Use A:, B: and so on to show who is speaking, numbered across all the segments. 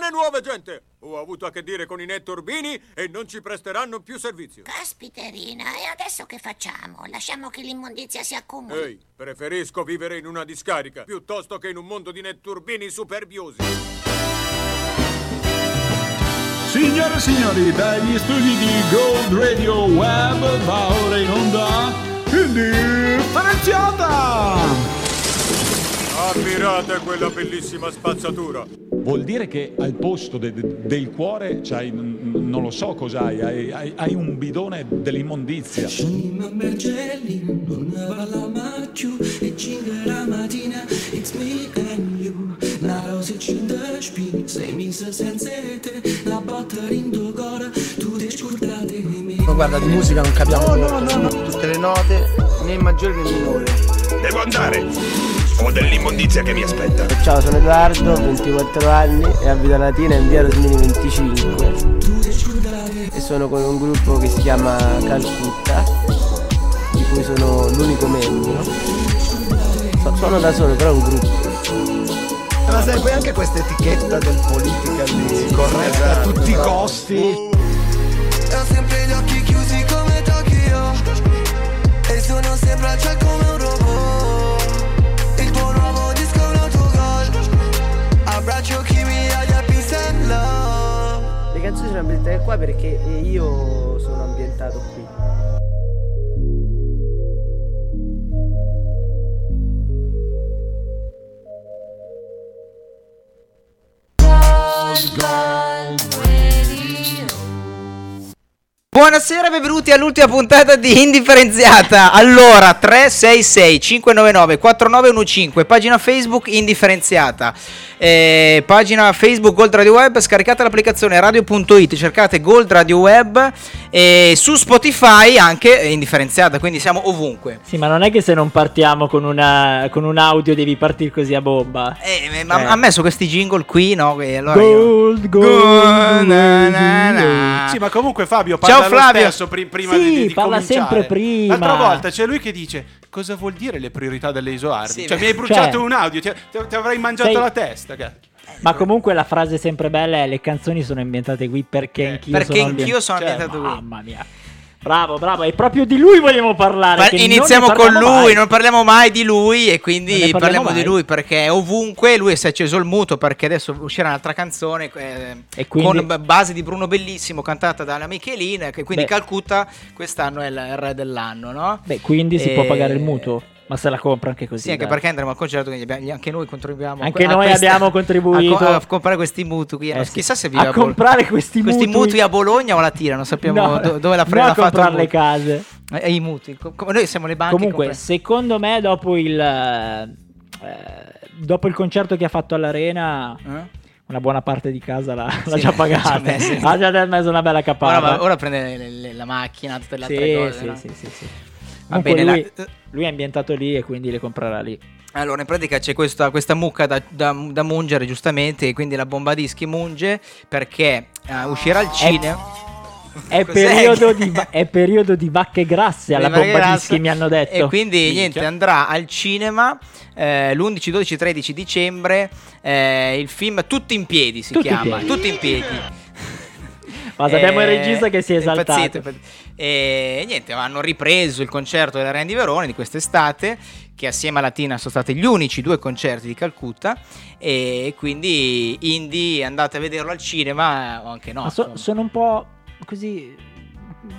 A: generazione nuova gente! Ho avuto a che dire con i netturbini e non ci presteranno più servizio.
B: Caspiterina, e adesso che facciamo? Lasciamo che l'immondizia si accumuli?
A: Ehi, preferisco vivere in una discarica piuttosto che in un mondo di netturbini superbiosi.
C: Signore e signori, dagli studi di Gold Radio Web va ora in onda Indifferenziata!
A: Ammirate quella bellissima spazzatura.
C: Vuol dire che al posto de- del cuore c'hai, n- non lo so cos'hai, hai, hai- hai un bidone dell'immondizia.
D: Sono Margelli, non parlama più E cinque la mattina, it's me and you La rosa ci despi, sei messa senza te La botta rindo cora, tu ti scordate di me
E: Ma guarda, di musica non capiamo no, no, no. tutte le note, né maggiore né minore.
F: Devo andare! Ho dell'immondizia che mi aspetta.
E: Ciao, sono Edoardo, 24 anni e abito a Latina in via Rosmini 25
D: Tu ti scordate
E: e sono con un gruppo che si chiama Calcutta, di cui sono l'unico membro. So- sono da solo, però è un gruppo.
G: Ma sai, poi anche questa etichetta del politica lì, corretta a
F: Esatto.
G: tutti i costi.
D: Ho sempre gli occhi chiusi come Tokyo E sono sempre al cielo come un robot Il tuo nuovo disco è un autogol Abbraccio chi mi ha gli happy and love
E: Le canzoni sono ambientate qua perché io sono ambientato qui.
H: Buonasera, benvenuti all'ultima puntata di Indifferenziata. Allora, 366 599 4915, pagina Facebook Indifferenziata. Eh, pagina Facebook Gold Radio Web, scaricate l'applicazione radio.it, cercate Gold Radio Web e su Spotify anche eh, Indifferenziata, quindi siamo ovunque.
I: Sì, ma non è che se non partiamo con, una, con un audio devi partire così a bomba.
H: Eh, ma ha
I: Eh.
H: messo questi jingle qui, no? E allora io-
I: Gold, gold, gold,
H: na, na, na.
J: Sì, ma comunque Fabio parla
H: Ciao, Flavio.
J: lo stesso pri- prima
I: Sì,
J: di, di
I: parla
J: cominciare.
I: sempre prima.
J: L'altra volta c'è lui che dice cosa vuol dire le priorità delle isoardi.
H: Sì,
J: cioè,
H: ma-
J: mi hai bruciato
I: Cioè-
J: un audio, ti, ti- ti avrei mangiato
I: Sei- Ah,
J: la testa. cazzo.
I: Ma comunque la frase sempre bella è le canzoni sono ambientate qui perché
J: Eh,
I: anch'io
H: Perché
I: sono
H: anch'io
I: ambientato
H: sono
J: Cioè,
H: ambientato qui.
I: Mamma mia. Bravo, bravo, è proprio di lui vogliamo parlare.
H: Par-
I: che non ne
H: iniziamo con lui,
I: parliamo mai.
H: non parliamo mai di lui e quindi
I: Non ne
H: parliamo,
I: parliamo
H: di
I: mai.
H: lui perché è ovunque lui si è acceso il muto perché adesso uscirà un'altra canzone eh,
I: E quindi-
H: con b- base di Bruno Bellissimo cantata da Anna Michelin che quindi
I: Beh.
H: Calcutta quest'anno è il, il re dell'anno, no?
I: Beh, quindi si può
H: E-
I: pagare il mutuo, ma se la compra anche così.
H: Eh. Sì, anche
I: dai.
H: perché andremo al concerto, quindi abbiamo- anche noi contribuiamo.
I: Anche
H: a
I: noi
H: questa-
I: abbiamo contribuito.
H: a, co- a comprare questi mutui. qui.
I: Eh
H: No,
I: sì.
H: Chissà se vi
I: a comprare questi,
H: questi
I: mutui,
H: mutui a Bologna o a Latina, non sappiamo
I: No,
H: do- dove la
I: no
H: frena
I: a
H: ha fatto.
I: comprare
H: il
I: le
H: mutuo.
I: case.
H: Eh, i mutui. Co- come noi siamo le banche.
I: Comunque,
H: compre-
I: secondo me, dopo il. eh, dopo il concerto che ha fatto all'arena,
H: Eh?
I: una buona parte di casa l'ha, l'ha
H: Sì,
I: già
H: beh,
I: pagata.
H: sì, beh, sì.
I: Ha già messo una bella
H: Ora,
I: caparra.
H: va- ora prende le- le- la macchina, tutte le
I: sì,
H: altre cose.
I: sì,
H: no?
I: sì, sì, sì.
H: Va
I: Comunque
H: bene,
I: lui,
H: la- eh.
I: lui è ambientato lì e quindi le comprerà lì.
H: Allora, in pratica c'è questa, questa mucca da, da, da mungere, giustamente, e quindi la bomba dischi munge perché eh, uscirà al cinema.
I: È
H: Cos'è?
I: periodo, di, va- è periodo di vacche grasse alla
H: Prima che
I: bomba
H: grazie.
I: dischi, mi hanno detto.
H: E quindi
J: Minchia.
H: niente, andrà al cinema eh, l'11, 12, 13 dicembre. eh, il film Tutti in piedi si
I: Tutti in
H: chiama.
I: piedi.
H: Tutti in piedi.
I: Ma abbiamo il
H: Eh,
I: regista che si è esaltato.
H: impazzito, impazzito. E niente, hanno ripreso il concerto della Reina di Verona di quest'estate, che assieme a Latina sono stati gli unici due concerti di Calcutta. E quindi Indy andate a vederlo al cinema o anche no.
I: Ma so-
H: insomma.
I: sono un po' così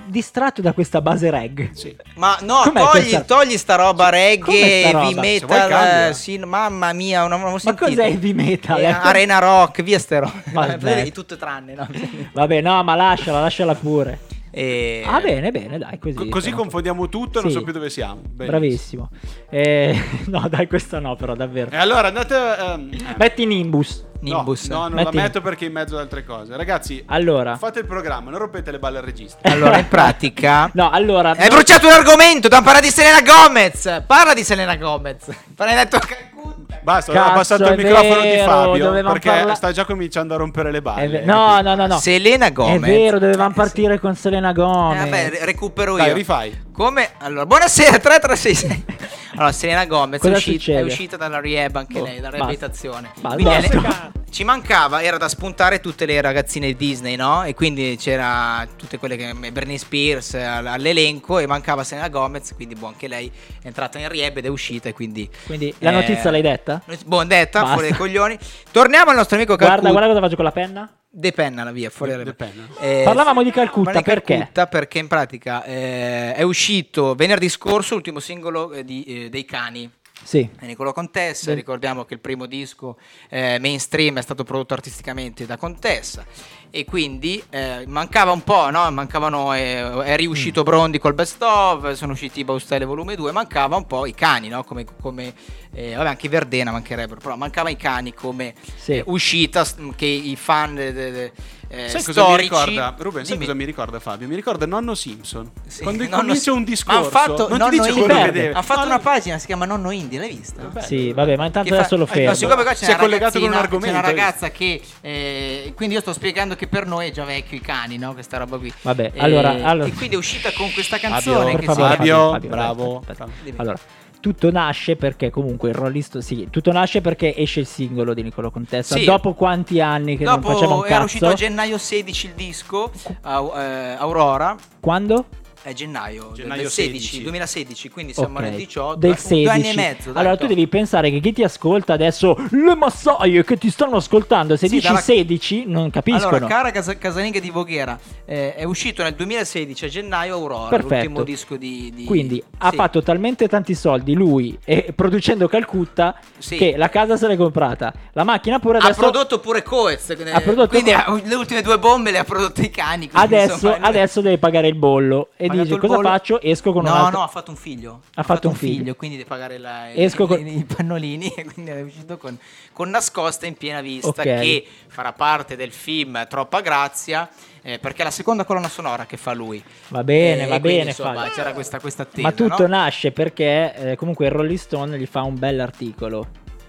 I: distratto da questa base reg.
J: Sì.
H: Ma no,
I: Com'è
H: togli,
I: questa-
H: togli sta roba
I: Com'è
H: reggae,
I: sta roba?
H: heavy
I: Se
J: vuoi
H: metal,
J: cambia.
H: eh, sì, mamma mia, non avevo
I: Ma
H: sentito.
I: cos'è heavy metal?
H: Eh, arena rock, via ste robe. Eh,
I: Ma
H: Vedi,
I: smetti.
H: tutto tranne, no?
I: Vabbè, no, ma lasciala, lasciala pure.
H: E-
I: Ah, bene, bene, dai, così.
J: Co- così
I: però.
J: confondiamo tutto e non
I: Sì.
J: so più dove siamo. Bene.
I: Bravissimo. Eh, no, dai, questa no, però, davvero.
J: E allora andate. ehm, eh,
I: Metti Nimbus.
J: no,
H: Nimbus.
J: No, non
I: Metti-
J: la metto perché è in mezzo ad altre cose. Ragazzi,
I: Allora.
J: fate il programma, non rompete le balle al regista.
H: Allora, in pratica...
I: No, allora.
H: Hai bruciato un argomento, da parla di Selena Gomez. Parla di Selena Gomez. Però hai detto Calcutta.
J: Basta,
I: Cazzo,
J: ho passato
I: è
J: il microfono di
I: vero,
J: Fabio
I: dovevamo
J: perché
I: parla-
J: sta già cominciando a rompere le
I: È
J: balle.
I: ve- Eh, No, no, no, no.
H: Selena
I: È
H: Gomez.
I: vero, dovevamo
H: Eh,
I: partire con Selena
H: sì. Eh,
I: Gomez.
H: vabbè, re- recupero
J: Dai,
H: io.
J: rifai.
H: Come? Allora, buonasera 3366. Allora, Selena Gomez è
I: Cosa
H: uscita,
I: succede?
H: è uscita dalla rehab anche
I: Boh,
H: lei, dalla
I: basta.
H: riabilitazione.
I: Basta.
H: Quindi è le-
I: Basta.
H: ci mancava, era da spuntare tutte le ragazzine Disney, no? E quindi c'era tutte quelle che Bernie Spears eh, all- all'elenco e mancava Selena Gomez, quindi boh, anche lei è entrata in rehab ed è uscita e quindi
I: Quindi la
H: Eh,
I: notizia l'hai detta?
H: Not- Buon detta,
I: Basta.
H: fuori dai coglioni. Torniamo al nostro amico
I: Guarda,
H: Calcutta.
I: guarda cosa faccio con la penna.
H: Depenna la via, fuori dalle- Eh,
I: Parlavamo di Calcutta,
H: parlavamo di
I: perché?
H: Calcutta perché in pratica eh, è uscito venerdì scorso l'ultimo singolo eh, di, eh, dei cani.
I: Sì.
H: È Nicolò Contessa,
I: Sì.
H: ricordiamo che il primo disco eh, mainstream è stato prodotto artisticamente da Contessa e quindi eh, mancava un po', no? Mancavano, eh, è
I: Mm.
H: riuscito Brondi col Best Of, sono usciti Baustelle volume 2, mancava un po' i cani, no? Come, come, eh, vabbè, anche Verdena mancherebbero, però mancava i cani come
I: Sì.
H: eh, uscita s- che i fan de- de- de- eh,
J: Sai cosa mi
H: storici
J: ricorda? Ruben, sai
H: Dimmi.
J: cosa mi ricorda Fabio? Mi ricorda Nonno Simpson.
H: Sì,
J: Quando
H: nonno
J: incomincia
H: Sim-
J: un
H: Ma
J: discorso,
H: ha fatto,
J: non
H: nonno
J: ti dice
H: Indie.
J: quello che
I: Perde.
J: deve.
H: Ha fatto
J: Ma
H: una
J: lui-
H: pagina, si chiama Nonno Indie, l'hai vista?
I: Sì, vabbè, ma intanto adesso lo
H: fermo.
I: fermo.
H: siccome qua c'è
J: Si è
H: una
J: collegato con un
H: ragazzina- C'è una
J: argomento,
H: ragazza che. eh, quindi io sto spiegando che per noi è già vecchio i cani, no? Questa roba qui.
I: Vabbè,
H: Eh,
I: allora- allora-
H: E quindi è uscita con questa
I: Fabio,
H: canzone.
I: per
H: che
I: favore,
H: si-
J: Fabio,
I: Fabio,
J: bravo.
I: aspetta, aspetta.
H: Dimmi.
I: Allora, tutto nasce perché comunque il Rolling Stone, sì, tutto nasce perché esce il singolo di Niccolo Contessa
H: Sì.
I: dopo quanti anni che non faceva un
H: Dopo era uscito a
I: cazzo.
H: gennaio 16 il disco, au- eh, Aurora.
I: Quando?
H: È gennaio,
J: Gennaio
H: del 16,
J: 16.
H: 2016, quindi siamo
I: Ok,
H: nel 18,
I: del
H: dai, due
I: 16.
H: anni e mezzo. dai,
I: allora tu
H: top.
I: devi pensare che chi ti ascolta adesso le massaie che ti stanno ascoltando se
H: Sì,
I: dici
H: dalla-
I: 16 non capiscono
H: Allora, cara Cas- casalinga di Voghera, eh, è uscito nel 2016 a gennaio Aurora,
I: Perfetto.
H: l'ultimo disco di... di-
I: quindi ha
H: sì.
I: fatto talmente tanti soldi lui eh, producendo Calcutta
H: Sì.
I: che la casa se l'è comprata la macchina pure
H: Ha
I: adesso
H: prodotto pure Coez, eh,
I: prodotto-
H: quindi ha- le ultime due bombe le ha prodotte i cani. quindi,
I: adesso,
H: insomma, lui-
I: adesso deve pagare il bollo e
H: ha pagato
I: dice
H: il
I: cosa
H: bollo".
I: faccio esco con
H: no,
I: un altro
H: No, ha fatto un figlio.
I: Ha fatto un figlio.
H: quindi deve pagare la-
I: Esco
H: i-
I: con-
H: i, i pannolini. e Quindi è uscito con, con Nascosta in piena vista,
I: Ok.
H: che farà parte del film Troppa Grazia, eh, perché è la seconda colonna sonora che fa lui.
I: Va bene,
H: Eh,
I: va
H: quindi,
I: bene,
H: insomma,
I: Fabio.
H: c'era questa, questa attesa.
I: ma tutto
H: no?
I: nasce perché eh, comunque il Rolling Stone gli fa un bell'articolo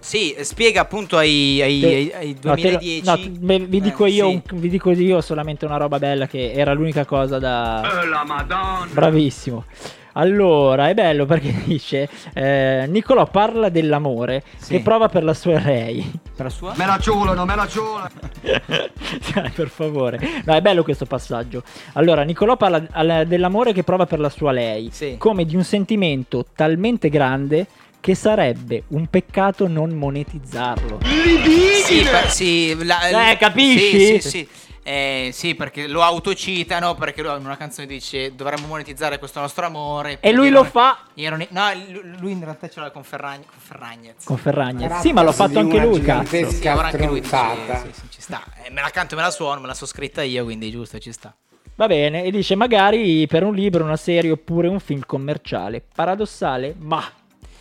H: Sì, eh, spiega appunto ai, ai- ai- ai
I: no, te lo-
H: 2010.
I: no, t- beh, vi,
H: Eh,
I: dico io,
H: sì.
I: un- vi dico io solamente una roba bella che era l'unica cosa da...
F: Eh, La madonna.
I: Bravissimo. Allora, è bello perché dice, eh, Niccolò parla dell'amore
H: Sì.
I: che prova per la sua Ray.
H: Per la sua?
G: Me la ciulano, me la ciulano.
I: Dai, per favore. No, è bello questo passaggio. Allora, Niccolò parla al- dell'amore che prova per la sua lei,
H: Sì.
I: come di un sentimento talmente grande che sarebbe un peccato non monetizzarlo.
H: Sì, per- sì, la-
I: Eh, capisci?
H: Sì, sì, sì. Eh, sì, perché lo autocitano, perché lui in una canzone dice dovremmo monetizzare questo nostro amore.
I: E lui
H: Io
I: lo
H: non-
I: fa
H: io non- no, lui- lui in realtà ce l'ha con, Ferragn- con Ferragnez.
I: con Ferragna. Sì, ma l'ha fatto anche lui, cazzo.
H: Sì, ora anche lui dice, sì, sì, ci sta. Eh, me la canto, me la suono, me la so scritta io, quindi giusto, ci sta.
I: Va bene, e dice magari per un libro, una serie oppure un film commerciale. Paradossale, ma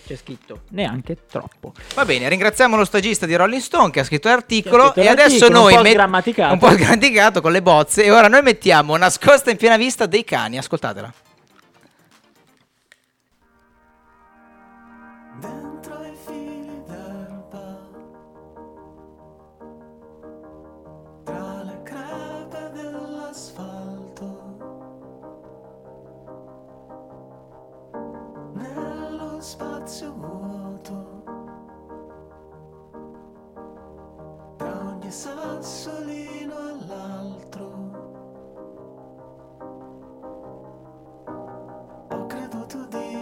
I: c'è scritto neanche troppo.
H: Va bene, ringraziamo lo stagista di Rolling Stone che ha scritto l'articolo
I: Che ha scritto
H: e adesso
I: Cioè, l'articolo,
H: noi
I: un po'
H: met-
I: sgrammaticato.
H: un po' sgrammaticato con le bozze e ora noi mettiamo nascosta in piena vista dei cani, ascoltatela.
D: Dentro i fili d'erba Tra le crepe dell'asfalto Nello spazio vuoto Tra ogni sassolino all'altro Ho creduto di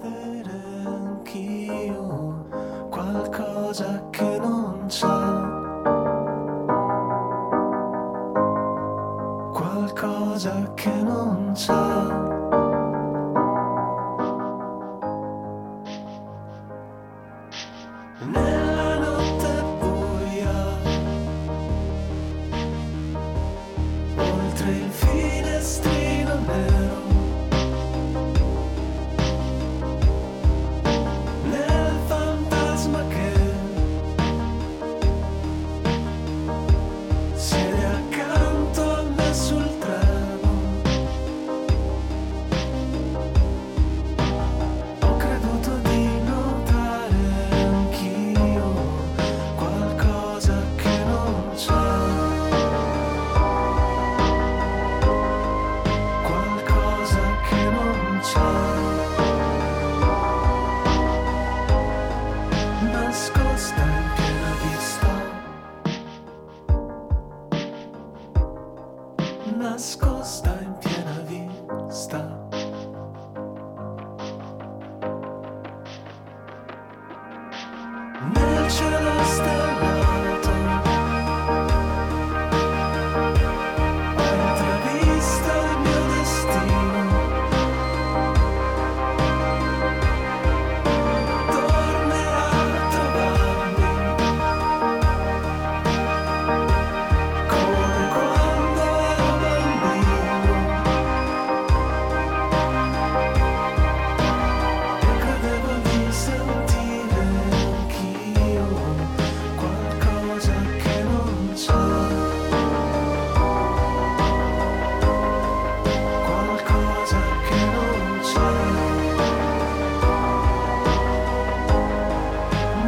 D: vedere anch'io qualcosa che non c'è. Qualcosa che non c'è. Nella notte buia, oltre il finestrino nero. Nel fantasma che siede accanto a me sul treno Ho creduto di notare anch'io qualcosa che non c'è Qualcosa nascosta in piena vista. Nel cielo stellato ho intravisto il mio destino. Tornerà a trovarmi come quando ero bambino e credevo di sentire anch'io qualcosa che non c'è qualcosa che non c'è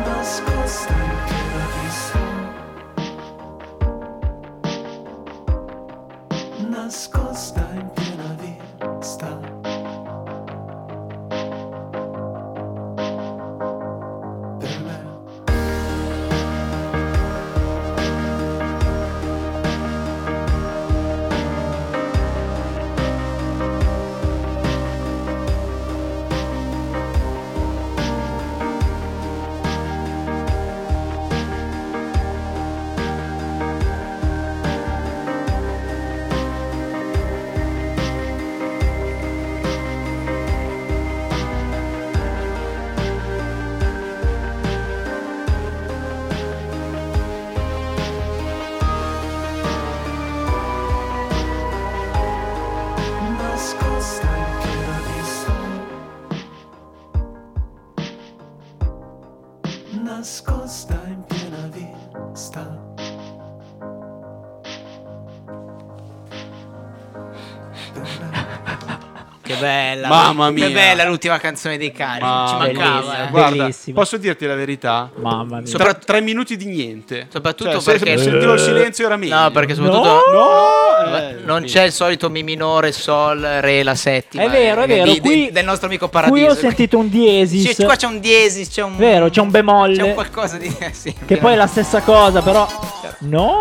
D: nascosta in piena vista nascosta in piena vista. Per me. Nascosta in piena vista. Nascosta in piena vista.
H: Che bella,
J: Mamma mia.
H: che bella l'ultima canzone dei cani.
I: Ah,
H: Ci mancava, eh.
J: Guarda, posso dirti la verità?
I: Mamma
H: mia.
J: Tre, tre minuti di niente.
H: Soprattutto
J: Cioè, se-
H: perché Eh.
J: se sentivo il silenzio era meglio.
H: No, perché soprattutto
J: No! Eh,
H: Ma non c'è il solito mi minore, sol, re, la settima.
I: È vero, è
H: eh, di-
I: vero,
H: di-
I: qui-
H: del nostro amico
I: Qui ho
H: Paradiso.
I: sentito un diesis.
H: Sì, qua c'è un diesis, c'è un
I: Vero, c'è un bemolle.
H: C'è un qualcosa di eh, sì,
I: Che poi è la stessa cosa, però. No!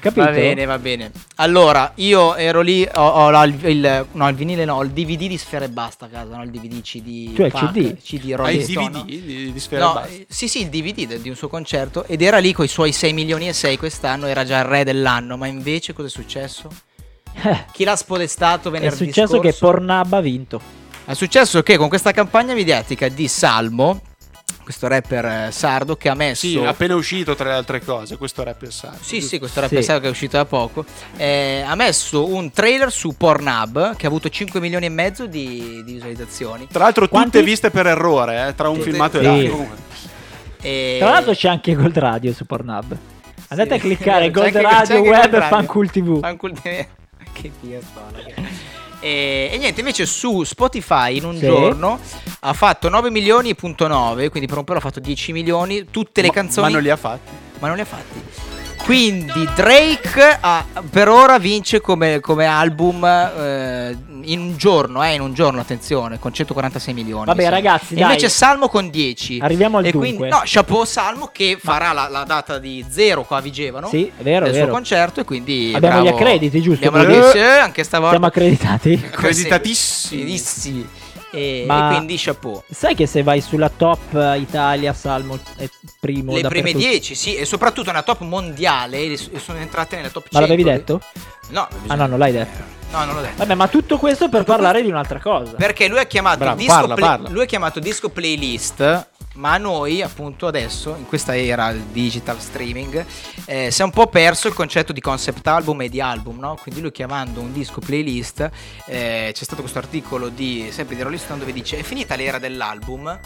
I: Capito?
H: Va bene, va bene. Allora, io ero lì, ho, ho la- il, il- no, il vinile no, il DVD di Sfera e Basta a casa, no, il DVD CD.
I: Tu hai il
H: pack,
I: CD?
H: CD
J: Hai
H: Rolling
I: Ah,
J: il
H: Stone,
J: DVD
H: no?
J: di, di Sfera
H: No,
J: Basta.
H: eh, sì, sì, il DVD del- di un suo concerto ed era lì con i suoi 6 milioni e 6 quest'anno, era già il re dell'anno, ma invece cosa è successo? Chi l'ha spodestato
I: Eh. È
H: venerdì
I: successo che
H: scorso?
I: Pornhub ha vinto.
H: È successo che con questa campagna mediatica di Salmo, questo rapper eh, sardo che ha messo
J: Sì, appena uscito tra le altre cose, questo era pensato.
H: Sì, sì, questo era
I: Sì.
H: pensato che è uscito da poco. Eh, ha messo un trailer su Pornhub che ha avuto 5 milioni e mezzo di, di visualizzazioni.
J: Tra l'altro tutte
I: Quanti?
J: viste per errore, eh, tra un
H: Tutte-
J: filmato e
I: Sì.
J: l'altro. Comunque.
H: E-
I: Tra l'altro c'è anche Gold Radio su Pornhub. Andate a cliccare
H: C'è
I: Gold
H: anche- c'è
I: Radio
H: anche
I: Web
H: Gold
I: e
H: Radio.
I: Fancool TV.
H: Fancool TV. che fiestona che- E, e niente, invece su Spotify in un
I: Sì.
H: giorno ha fatto 9 milioni.9, quindi per un po' ha fatto 10 milioni, tutte le
J: Ma-
H: canzoni,
J: Ma non li ha fatti.
H: ma non le ha fatti. Quindi Drake ha- per ora vince come, come album eh, in un giorno, eh, in un giorno, attenzione, con 146 milioni.
I: Vabbè,
H: mi sa.
I: ragazzi, dai.
H: Invece Salmo con 10.
I: Arriviamo al
H: e
I: dunque.
H: quindi, no, chapeau Salmo che farà la, la data di zero qua a Vigevano.
I: Sì, è vero, è
H: del
I: vero.
H: suo concerto e quindi
I: Abbiamo
H: bravo.
I: gli accrediti, giusto?
H: Abbiamo gli
I: Quindi-
H: accrediti, eh, anche stavolta.
I: Siamo accreditati.
J: accreditatissimi.
H: Sì, sì. E,
I: Ma-
H: e quindi chapeau.
I: Sai che se vai sulla top eh, Italia, Salmo è primo.
H: Le prime
I: dappertutto.
H: 10, sì, e soprattutto una top mondiale le- sono entrate nella top 100.
I: Ma l'avevi detto?
H: No,
I: Ah no, non l'hai detto.
H: no, non l'ho detto.
I: Vabbè, ma tutto questo per parlare di un'altra cosa.
H: Perché lui ha chiamato,
J: Bravo,
H: disco,
J: parla,
H: play-
J: parla.
H: lui ha chiamato disco playlist, ma noi appunto adesso, in questa era del digital streaming, eh, si è un po' perso il concetto di concept album e di album, no? Quindi lui chiamando un disco playlist, eh, c'è stato questo articolo di, sempre di Rolling Stone dove dice è finita l'era dell'album?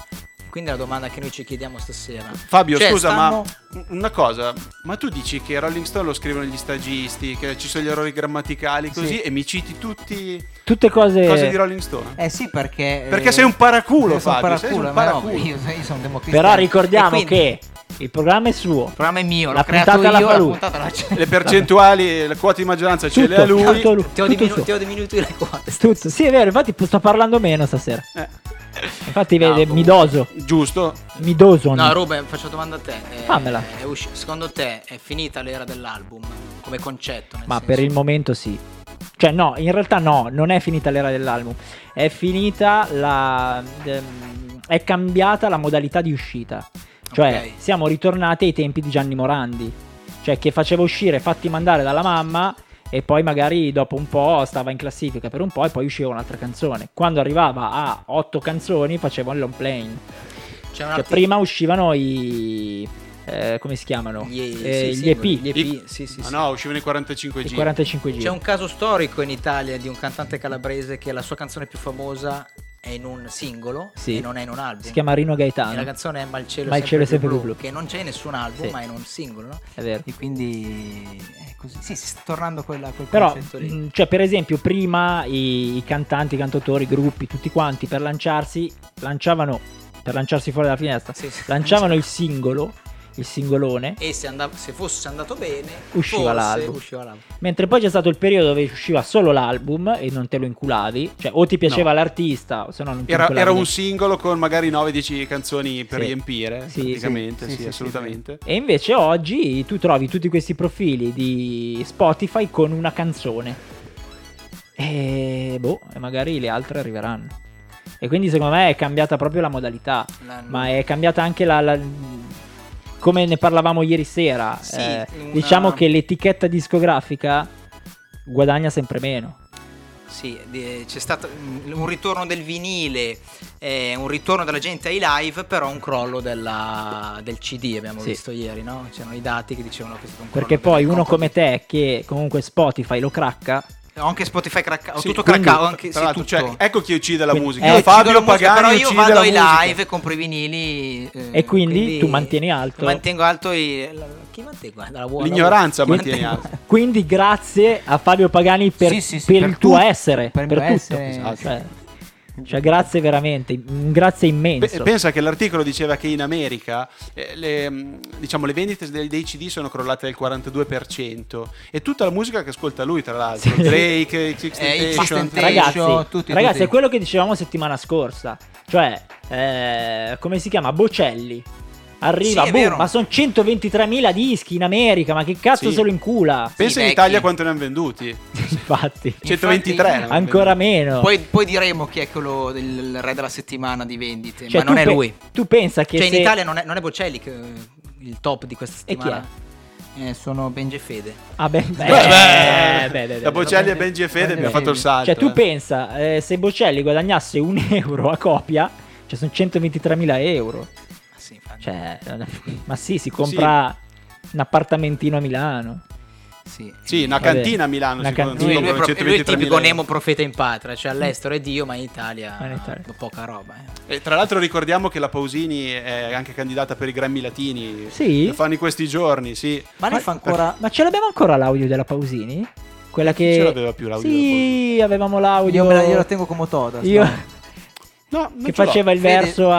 H: Quindi è la domanda che noi ci chiediamo stasera.
J: Fabio,
H: Cioè,
J: scusa,
H: stanno-
J: ma una cosa, ma tu dici che Rolling Stone lo scrivono gli stagisti, che ci sono gli errori grammaticali, così,
H: Sì.
J: e mi citi tutti
I: Tutte cose.
J: cose di Rolling Stone?
H: Eh sì, perché...
J: Perché
H: eh,
J: sei un paraculo,
H: io sono
J: Fabio, sei
H: paraculo,
J: un
H: ma no,
J: paraculo.
H: io, io sono democristiano.
I: Però
H: E
I: ricordiamo
H: quindi-
I: che il programma è suo.
H: Il programma è mio,
I: La
H: l'ho creato
I: puntata la
H: io,
I: fa
H: la
I: lui.
H: puntata la c'è.
J: Le percentuali, la quota di maggioranza ce le
I: Tutto,
J: ha lui.
I: tutto lui.
H: Ti ho,
I: tutto
H: diminu-
I: suo.
H: ti ho diminuito le quote.
I: Tutto. Sì, è vero, infatti sto parlando meno stasera.
J: Eh.
I: Infatti,
H: No,
I: vede,
H: boh.
I: mi doso.
J: Giusto?
I: Mi doso.
H: No, Ruben, faccio domanda a te. Eh,
I: Fammela.
H: è usci- secondo te è finita l'era dell'album? come concetto. nel
I: Ma
H: senso.
I: per il momento sì. Cioè no, in realtà no, non è finita l'era dell'album. È finita la... ehm, è cambiata la modalità di uscita. Cioè
H: Ok.
I: siamo ritornati ai tempi di Gianni Morandi. Cioè che faceva uscire fatti mandare dalla mamma e poi magari dopo un po' stava in classifica per un po' e poi usciva un'altra canzone. Quando arrivava a otto canzoni faceva un long playing.
H: C'è un
I: Cioè,
H: arti-
I: prima uscivano i... eh, come si chiamano?
H: Gli- sì,
I: Eh,
H: sì,
I: gli EP.
H: gli EP, sì, sì,
J: Ah
H: sì.
J: no, uscivano i 45
I: I
J: giri.
I: 45 giri.
H: C'è un caso storico in Italia di un cantante calabrese che la sua canzone più famosa è in un singolo
I: Sì.
H: e non è in un album.
I: Si chiama Rino Gaetano.
H: E la canzone è Ma il cielo,
I: Ma
H: è
I: il cielo è sempre
H: più
I: più
H: blu,
I: blu.
H: che non c'è in nessun album,
I: Sì.
H: ma è in un singolo, no?
I: È vero.
H: E quindi è così. Sì, si sta tornando a quella, a quel
I: Però,
H: concetto lì.
I: mh, cioè, per esempio, prima i, i cantanti, i cantautori, i gruppi, tutti quanti per lanciarsi, lanciavano per lanciarsi fuori dalla finestra,
H: Sì, sì.
I: lanciavano il singolo, il singolone,
H: E se, andava- se fosse andato bene,
I: usciva
H: forse
I: l'album.
H: usciva l'album.
I: Mentre poi c'è stato il periodo dove usciva solo l'album e non te lo inculavi, cioè o ti piaceva
J: No.
I: l'artista, o se no non ti
J: Era,
I: inculavi
J: era un
I: del-
J: singolo con magari 9-10 canzoni per
I: Sì.
J: riempire,
I: Sì,
J: praticamente,
I: sì. Sì,
J: sì,
I: sì, sì,
J: assolutamente.
I: E invece oggi tu trovi tutti questi profili di Spotify con una canzone. E boh, e magari le altre arriveranno. E quindi secondo me è cambiata proprio la modalità.
H: La-
I: Ma è cambiata anche la. la- come ne parlavamo ieri sera.
H: Sì, una-
I: Diciamo che l'etichetta discografica guadagna sempre meno.
H: Sì, di- c'è stato mm, un ritorno del vinile, eh, un ritorno della gente ai live, però un crollo della- del CD abbiamo
I: Sì.
H: visto ieri, no? C'erano i dati che dicevano che è stato un crollo
I: Perché poi
H: delle
I: uno come
H: company.
I: te, che comunque Spotify lo cracca,
H: Ho anche Spotify craccato, ho
J: Sì,
H: tutto
J: quindi-
H: craccato, anche
J: Tra
H: sì,
J: l'altro,
H: tutto.
J: cioè, ecco chi uccide la
I: Quindi-
J: musica.
I: eh,
J: Io Fabio
H: Uccidono la musica,
J: Pagani
H: però io
J: uccide
H: vado
J: la
H: ai
J: musica.
H: live, compro i vinili eh,
I: E quindi tu mantieni alto-
H: Mantengo alto i- la- la- chi mantengo? La- la- la-
J: L'ignoranza
H: chi
J: mantieni
H: mantengo-
J: alto.
I: Quindi grazie a Fabio Pagani per,
H: Sì, sì, sì,
I: per
H: per
I: il tuo
H: tutto,
I: essere,
H: per
I: per,
H: il mio
I: tutto.
H: essere,
I: Esatto.
H: sì.
I: Cioè, cioè, grazie veramente, un grazie
J: Esatto. Pe-
I: immenso.
J: pensa che l'articolo diceva che in America eh, le, mh, diciamo, le vendite dei, dei CD sono crollate del 42% e tutta la musica che ascolta lui, tra l'altro,
I: Sì.
H: Eh,
J: Drake, Xixtentation,
H: Xixtentation.
I: ragazzi,
H: Tension, tutti,
I: ragazzi,
H: tutti.
I: è quello che dicevamo settimana scorsa. Cioè, eh, come si chiama? Bocelli. Arriva,
H: Sì, è
I: boom,
H: vero.
I: ma sono 123.000 dischi in America, ma che cazzo
J: Sì.
I: se lo incula?
J: pensa
H: Sì,
J: in
H: vecchi.
J: Italia quanto ne hanno venduti.
I: Infatti,
J: 123. ne hanno
I: ancora
J: venduti.
I: meno.
H: Poi, poi diremo chi è quello del il re della settimana di vendite,
I: Cioè,
H: ma non
I: tu
H: è
I: pe-
H: lui.
I: Tu pensa che
H: cioè,
I: se-
H: in Italia non è, non è Bocelli che, eh, il top di questa
I: E chi
H: settimana. Eh, sono Benji e Fede.
I: Ah, beh, beh,
J: Beh,
I: beh, beh,
J: da
I: beh.
J: Bocelli e Benji e Fede abbiamo fatto il salto.
I: Cioè, tu
J: eh.
I: pensa, eh, se Bocelli guadagnasse un euro a copia, cioè sono 123.000 euro.
H: Ah, sì, infatti.
I: Cioè, ma sì, si compra un appartamentino a Milano.
H: Sì.
J: Sì, una
I: Vabbè,
J: cantina a Milano.
I: una
J: si
I: cantina.
J: compra
H: Lui, lui è pro- lui è
J: 123.000
H: tipico
J: euro.
H: Nemo profeta in patria, cioè all'estero è Dio, ma in Italia,
I: Ma in Italia.
H: poca roba. eh.
J: E tra l'altro ricordiamo che la Pausini è anche candidata per i Grammy Latini.
I: Sì?
J: Lo fanno in questi giorni, sì.
H: Ma lei fa ancora...
I: Ma ce l'abbiamo ancora l'audio della Pausini? Quella che...
J: ce l'aveva più l'audio della
I: Sì,
J: Pausini?
I: avevamo l'audio.
E: Io me la, io la tengo come Toda. sta-
I: Io-
J: No, non
I: che
J: ce l'ho.
I: faceva il
E: Fede-
I: verso a...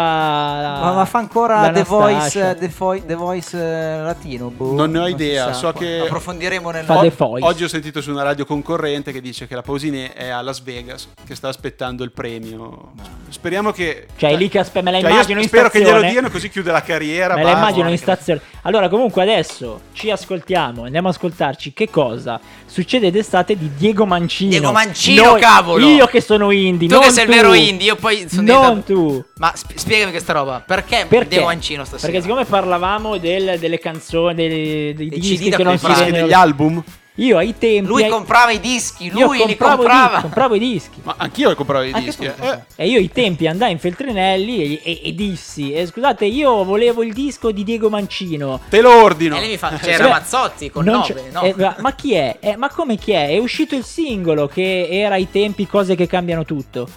E: Ma, ma fa ancora
I: la
E: The
I: Anastasia.
E: Voice, The, Voi- The Voice eh, latino? boh,
J: Non ne ho
E: si
J: idea,
E: sa
J: so
E: qua.
J: che...
H: Approfondiremo nel...
I: Fa
J: O-
I: The Voice.
J: Oggi ho sentito su una radio concorrente che dice che la Pausini è a Las Vegas, che sta aspettando il premio. Speriamo che...
I: Cioè, è lì che aspe- me la
J: Cioè, io
I: immagino in
J: Spero che glielo
I: stazione.
J: diano così chiude la carriera.
I: Me la
J: basta.
I: immagino in stazione. Allora, comunque, adesso ci ascoltiamo. Andiamo ad ascoltarci che cosa succede d'estate di Diego Mancino.
H: Diego Mancino, cavolo!
I: Io che sono indie.
H: Tu
I: non
H: che sei il vero indie, io poi sono
I: Non
H: diventato-
I: tu.
H: Ma sp- spiegami questa roba, perché,
I: Perché?
H: Diego Ancino stasera?
I: Perché siccome parlavamo del- delle canzoni, dei, dei
H: Dei
I: dischi
H: CD da
I: che non si
H: comprare.
J: Ma
I: vendono.
J: anche degli album?
I: Io ai tempi...
H: Lui
I: ai-
H: comprava i dischi,
I: io
H: lui li
I: compravo i dis-
H: comprava.
I: compravo i dischi.
J: Ma anch'io compravo i
H: Anche
J: dischi.
H: tu,
J: eh.
H: vabbè.
I: E io i tempi andai in Feltrinelli e, e- e dissi, eh, scusate, io volevo il disco di Diego Mancino.
J: Te lo ordino.
H: E lei mi fa,
I: Cioè,
H: c'era Mazzotti con
I: non
H: 9,
I: c'è-
H: no?
I: eh, ma- ma chi è? Eh, ma come chi è? È uscito il singolo che era ai tempi cose che cambiano tutto.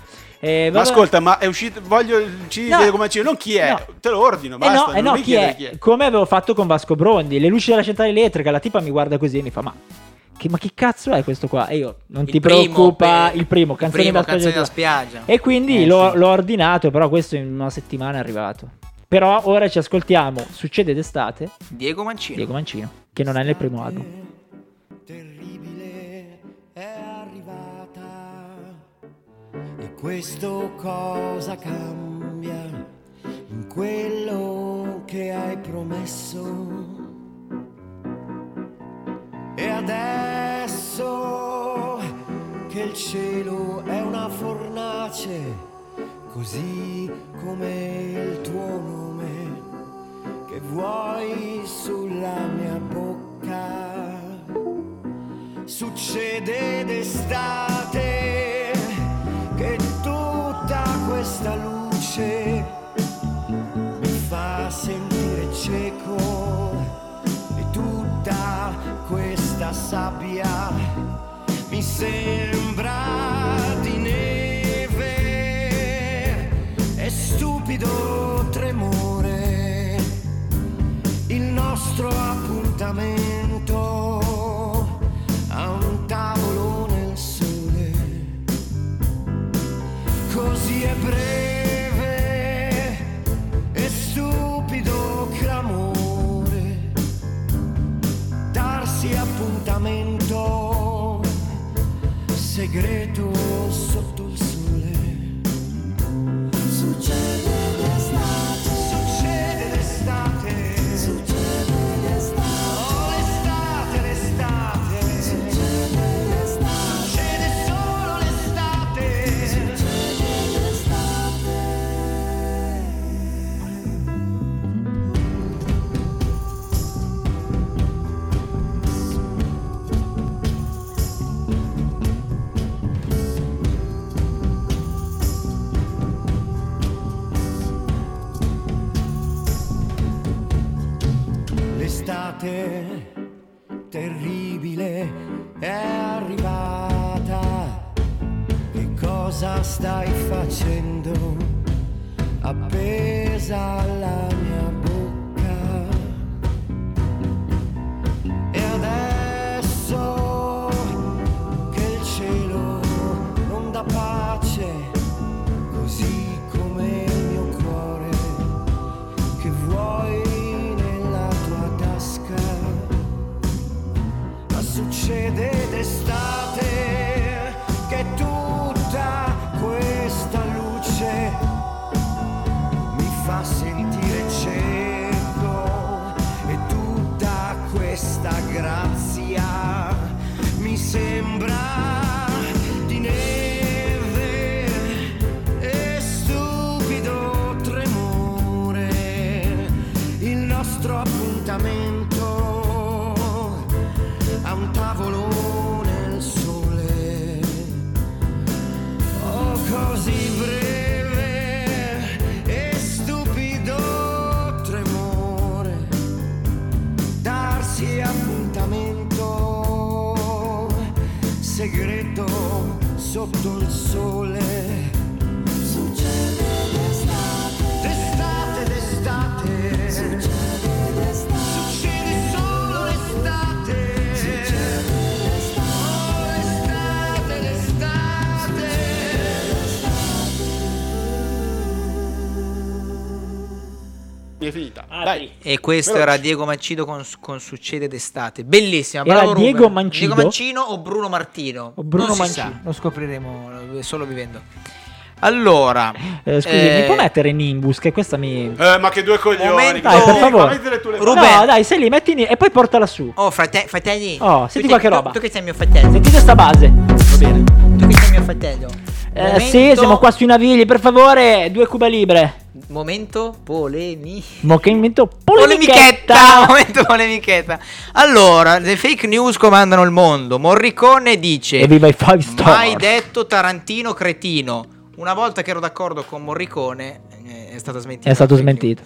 I: Eh,
J: Ma
I: vabbè-
J: ascolta, ma è uscito. Voglio il CD
I: No.
J: di Diego Mancino. Non chi è?
I: No.
J: Te lo ordino.
I: Eh
J: Basta.
I: no, eh
J: non
I: no,
J: mi
I: chi
J: chiedere
I: è? Come avevo fatto con Vasco Brondi, le luci della centrale elettrica, la tipa mi guarda così e mi fa ma che, ma che cazzo è questo qua? E io non
H: Il
I: ti
H: primo,
I: preoccupa
H: beh,
I: il primo, canzone
H: primo,
I: da
H: Canzoni da
I: spiaggia.
H: spiaggia.
I: E quindi
H: Eh,
I: l'ho,
H: sì.
I: l'ho ordinato, però questo in una settimana è arrivato. Però ora ci ascoltiamo, succede d'estate,
H: Diego Mancino.
I: Diego Mancino, che non è nel primo album.
H: Eh,
K: Terribile è arrivata e questo cosa cambia in quello che hai promesso. E adesso che il cielo è una fornace, così come il tuo nome, che vuoi sulla mia bocca, succede d'estate che tutta questa luce mi fa sentire cieco e tutta questa sabbia mi sembra di neve e stupido tremore il nostro appuntamento a un tavolo nel sole così è breve e stupido clamore darsi appuntamento segreto sotto il sole succede d'estate succede d'estate succede d'estate oh l'estate l'estate succede d'estate succede solo l'estate succede d'estate L'estate terribile è arrivata. Che cosa stai facendo? Appesa alla mia bocca. E adesso che il cielo non dà pace, così come il mio cuore che vuoi nella tua tasca. Ma succede d'estate che tutta questa luce mi fa sentire cieco e tutta questa grazia mi sembra di neve e stupido tremore il nostro appuntamento a un tavolo nel sole oh così breve e stupido tremore darsi appuntamento segreto sotto il sole Succede d'estate, d'estate, d'estate. Succede solo l'estate. Oh, l'estate,
J: Mi è finita.
K: Dai.
H: E questo era Diego Mancido con, con Succede d'estate. Bellissima,
I: Era
H: bravo
I: Diego
H: Ruben.
I: Mancino?
H: Diego Mancino o Bruno Martino?
I: O Bruno
H: non si
I: Mancino.
H: sa, lo scopriremo eh, solo vivendo. Allora,
I: Eh, scusi,
H: eh,
I: mi può mettere Nimbus? Che questa mi.
J: Eh, ma che due coglioni.
H: Momento-
I: Dai, per favore.
J: Mettile tu le
H: Ruben.
I: No, dai, sei lì, metti Nimbus e poi portala su.
H: Oh, frate- fratelli.
I: Oh,
H: tu
I: senti
H: sei-
I: qualche
H: tu-
I: roba.
H: Tu che sei mio fratello.
I: Sentite sta base. Va bene.
H: Tu che sei mio fratello.
I: Eh, sì, siamo qua sui navigli, per favore, due cuba libre.
H: Momento polemica.
I: Mo che invento polemichetta.
H: Polemichetta! Momento polemichetta. Allora, le fake news comandano il mondo. Morricone dice:
I: Evviva i five star.
H: Mai detto Tarantino cretino. Una volta che ero d'accordo con Morricone, eh, è stata smentita.
I: È stato smentito.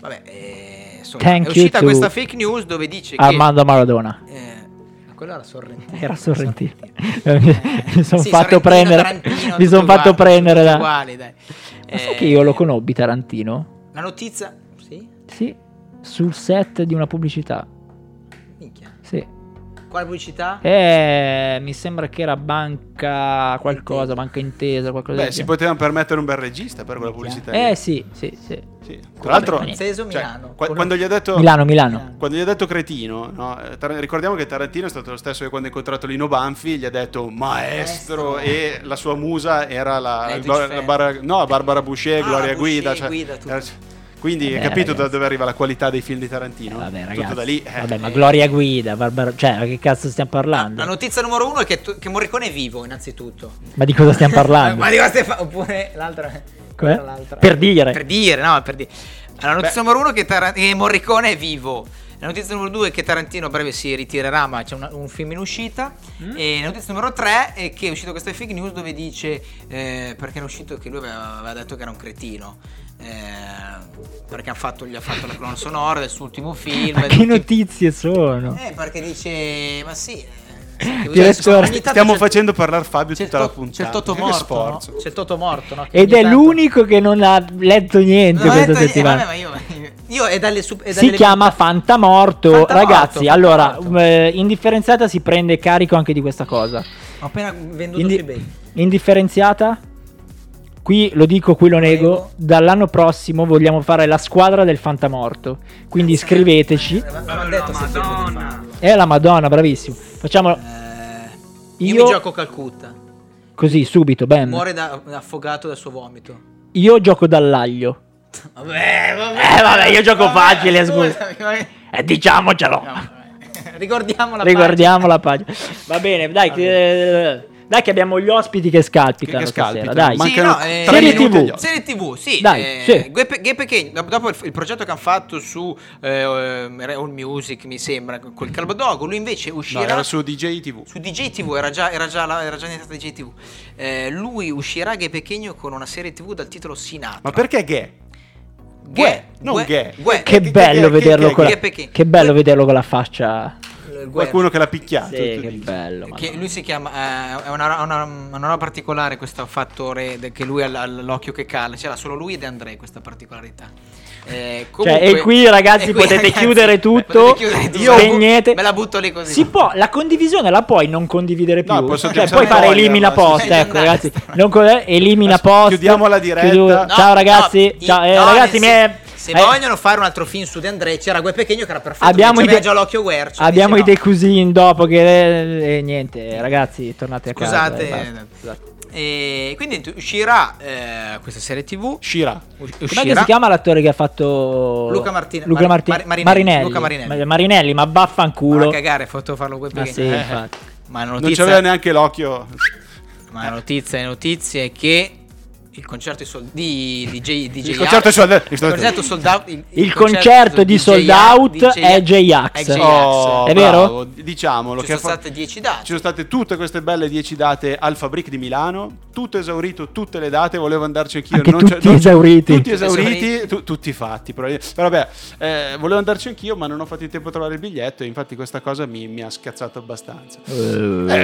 H: Vabbè, eh, insomma,
I: Thank
H: è
I: you
H: uscita
I: to
H: questa fake news dove dice
I: Armando Maradona.
H: che. eh, ma quello era Sorrentino.
I: Era Sorrentino. mi sono
H: Sì,
I: fatto
H: Sorrentino,
I: prendere.
H: Tarantino,
I: Mi sono
H: tutti
I: fatto
H: uguali,
I: prendere
H: tutti
I: da.
H: uguali, dai.
I: Ma sai
H: Eh,
I: che io lo conobbi Tarantino?
H: La notizia. Sì?
I: Sì. Sul set di una pubblicità.
H: Minchia.
I: Sì.
H: Quale pubblicità?
I: Eh, mi sembra che era banca qualcosa, banca intesa, qualcosa
J: Beh,
I: del
J: si
I: genere.
J: potevano permettere un bel regista per quella pubblicità. lì.
I: Eh sì, sì, sì.
J: Sì. Tra l'altro,
I: Vabbè,
H: Ceso
J: cioè,
H: Milano.
J: qua-
H: Con-
J: quando gli ha detto
I: Milano, Milano.
J: Quando gli ha detto cretino, no? Eh, Tar- ricordiamo che Tarantino è stato lo stesso che quando ha incontrato Lino Banfi gli ha detto maestro,
H: Maestro.
J: e la sua musa era la,
H: Edwidge
J: Glo- la
H: Fan.
J: Bar- no, Barbara Boucher,
H: Ah,
J: Gloria
H: Boucher,
J: Guida. Cioè,
H: Guida, tutto.
J: era- Quindi hai
I: Vabbè,
J: capito
I: Eh, ragazzi.
J: da dove arriva la qualità dei film di Tarantino?
I: ragazzi.
J: Tutto da lì. eh.
I: Vabbè, ma Gloria Guida, Barbaro... Cioè, ma che cazzo stiamo parlando?
H: La notizia numero uno è che, tu- che Morricone è vivo, innanzitutto.
I: Ma di cosa stiamo parlando?
H: Ma di cosa stai fa- Oppure l'altra.
I: Com'è?
H: l'altra.
I: Per dire.
H: Per dire, no, per dire. La notizia
I: Beh.
H: numero uno è che, Taran- che Morricone è vivo. La notizia numero due è che Tarantino a breve si ritirerà, ma c'è una- un film in uscita. E la notizia numero tre è che è uscito questa fake news dove dice, eh, perché era uscito che lui aveva, aveva detto che era un cretino. eh, perché ha fatto, gli ha fatto la colonna sonora del suo ultimo film.
I: Ma che notizie sono?
H: Eh, perché dice, ma sì. eh, sai che-
I: Direttore,
H: cioè, ogni tanto
J: Stiamo
H: c'è-
J: facendo parlare Fabio tutta la puntata.
H: c'è il Toto
J: Che
H: morto,
J: sforzo.
H: no? c'è il Toto morto, no? Che
I: Ed
H: ogni
I: è
H: tanto-
I: l'unico che non ha letto niente
H: Non ho
I: questa
H: detto niente,
I: settimana.
H: vabbè, ma io, io è dalle sub- è
I: si
H: dalle-
I: chiama Fantamorto.
H: Fantamorto,
I: Ragazzi, allora,
H: Fantamorto.
I: eh, indifferenziata si prende carico anche di questa cosa.
H: Ho appena venduto
I: Indi-
H: sui bei.
I: indifferenziata? Qui lo dico, qui lo nego. Dall'anno prossimo vogliamo fare la squadra del Fantamorto. Quindi iscriveteci.
H: Avevano detto se Madonna.
I: È la Madonna, bravissimo. Facciamo
H: Io,
I: Io-
H: mi gioco Calcutta.
I: così subito, bam.
H: Muore da- affogato dal suo vomito.
I: Io gioco dall'aglio.
H: Vabbè, vabbè.
I: Eh, vabbè, io gioco facile, scusa.
H: scusami, vabbè.
I: Eh, diciamocelo.
H: Ricordiamo la
I: Ricordiamo la pagina. Va bene, dai. eh, dai che abbiamo gli ospiti che scalpitano
J: Che- che scalpitano,
I: stasera, dai.
H: Sì, no, eh,
I: Serie
H: minuti agli
I: TV.
H: occhi. Serie TV, sì.
I: Dai,
H: eh,
I: sì.
H: Ghe- Ghe Pequeno, dopo- dopo il, il progetto che hanno fatto su eh, All Music, mi sembra, col Calbadogo, lui invece
J: No,
H: uscirà
J: era su DJ TV.
H: su DJ TV, era già, era già, la- era già iniziata DJ TV. Eh, lui uscirà Ghe Pequeno con una serie TV dal titolo Sinatra.
J: Ma perché gay? Gue, non gay.
H: Gue-
I: Che bello vederlo con la-
H: Ghe Pequeno.
I: che bello vederlo con la faccia.
H: Il Gue-
J: Qualcuno che l'ha picchiato.
I: Sì,
J: tu
I: che
J: dici.
I: bello. ma-
H: Che lui si chiama, eh, è una, una, una roba particolare questo fattore de- che lui ha l- l'occhio che cala, c'era solo lui ed Andrei questa particolarità. Eh, comunque-
I: Cioè, e qui, ragazzi,
H: e
I: potete chiudere tutto,
H: potete chiudere tutto.
I: Io- spegnete.
H: Me la butto lì così.
I: Si può, la condivisione la puoi non condividere più.
J: No, posso
I: cioè,
J: chiudere
I: puoi
J: la
I: fare
J: voglia,
I: elimina
J: ma-
I: post.
H: Sì,
I: ecco,
H: andate.
I: ragazzi. Non co- eh, elimina
J: Adesso
I: post.
J: chiudiamo la diretta.
H: No,
I: Ciao, ragazzi.
H: no, i-
I: Ciao, eh,
H: no,
I: ragazzi.
H: se-
I: mi è-
H: se
I: eh,
H: vogliono fare un altro film su De Andrei, c'era Gue Pechegno che era perfetto.
I: Abbiamo,
H: Abbiamo
I: i, De-
H: già l'occhio diciamo. guercio.
I: abbiamo i
H: dice no.
I: decusin dopo che... eh, niente, ragazzi, tornate a
H: Scusate,
I: casa. eh, basta. Scusate.
H: E quindi tu- uscirà eh, questa serie TV.
J: Shira.
H: us-
I: Com'è che
H: Uscirà
I: si chiama l'attore che ha fatto
H: Luca Martin-
I: Luca
H: Mar-
I: Marti-
H: Mar- Marinelli.
I: Marinelli.
H: Luca Marinelli.
I: Ma- Marinelli, ma
H: Ma a
I: vaffanculo.
H: cagare, fatto farlo Gue
I: Ma
H: Pechegno.
I: sì,
J: Eh.
I: infatti.
H: Ma la
J: Non
H: notizia,
J: c'aveva neanche l'occhio.
H: ma la notizia, la notizia è che il concerto di, sold- di DJ, DJ
J: Il concerto è su-
H: il concerto sold out il,
I: Il concerto di sold out è J-Ax.
H: È
J: Oh,
I: È
J: bravo, Diciamolo.
H: Ci
J: che
H: sono
J: ha fa-
H: state 10 date.
J: Ci sono state tutte queste belle 10 date al Fabric di Milano, tutto esaurito, tutte le date, volevo andarci anch'io.
I: Anche
J: c'è-
I: tutti
J: c'è-
I: esauriti.
H: Tutti
J: Tutti esauriti,
H: esauriti.
J: tu- tutti fatti. probabilmente. Però vabbè, eh, volevo andarci anch'io, ma non ho fatto in tempo a trovare il biglietto e infatti questa cosa mi, mi ha scazzato abbastanza. Eh,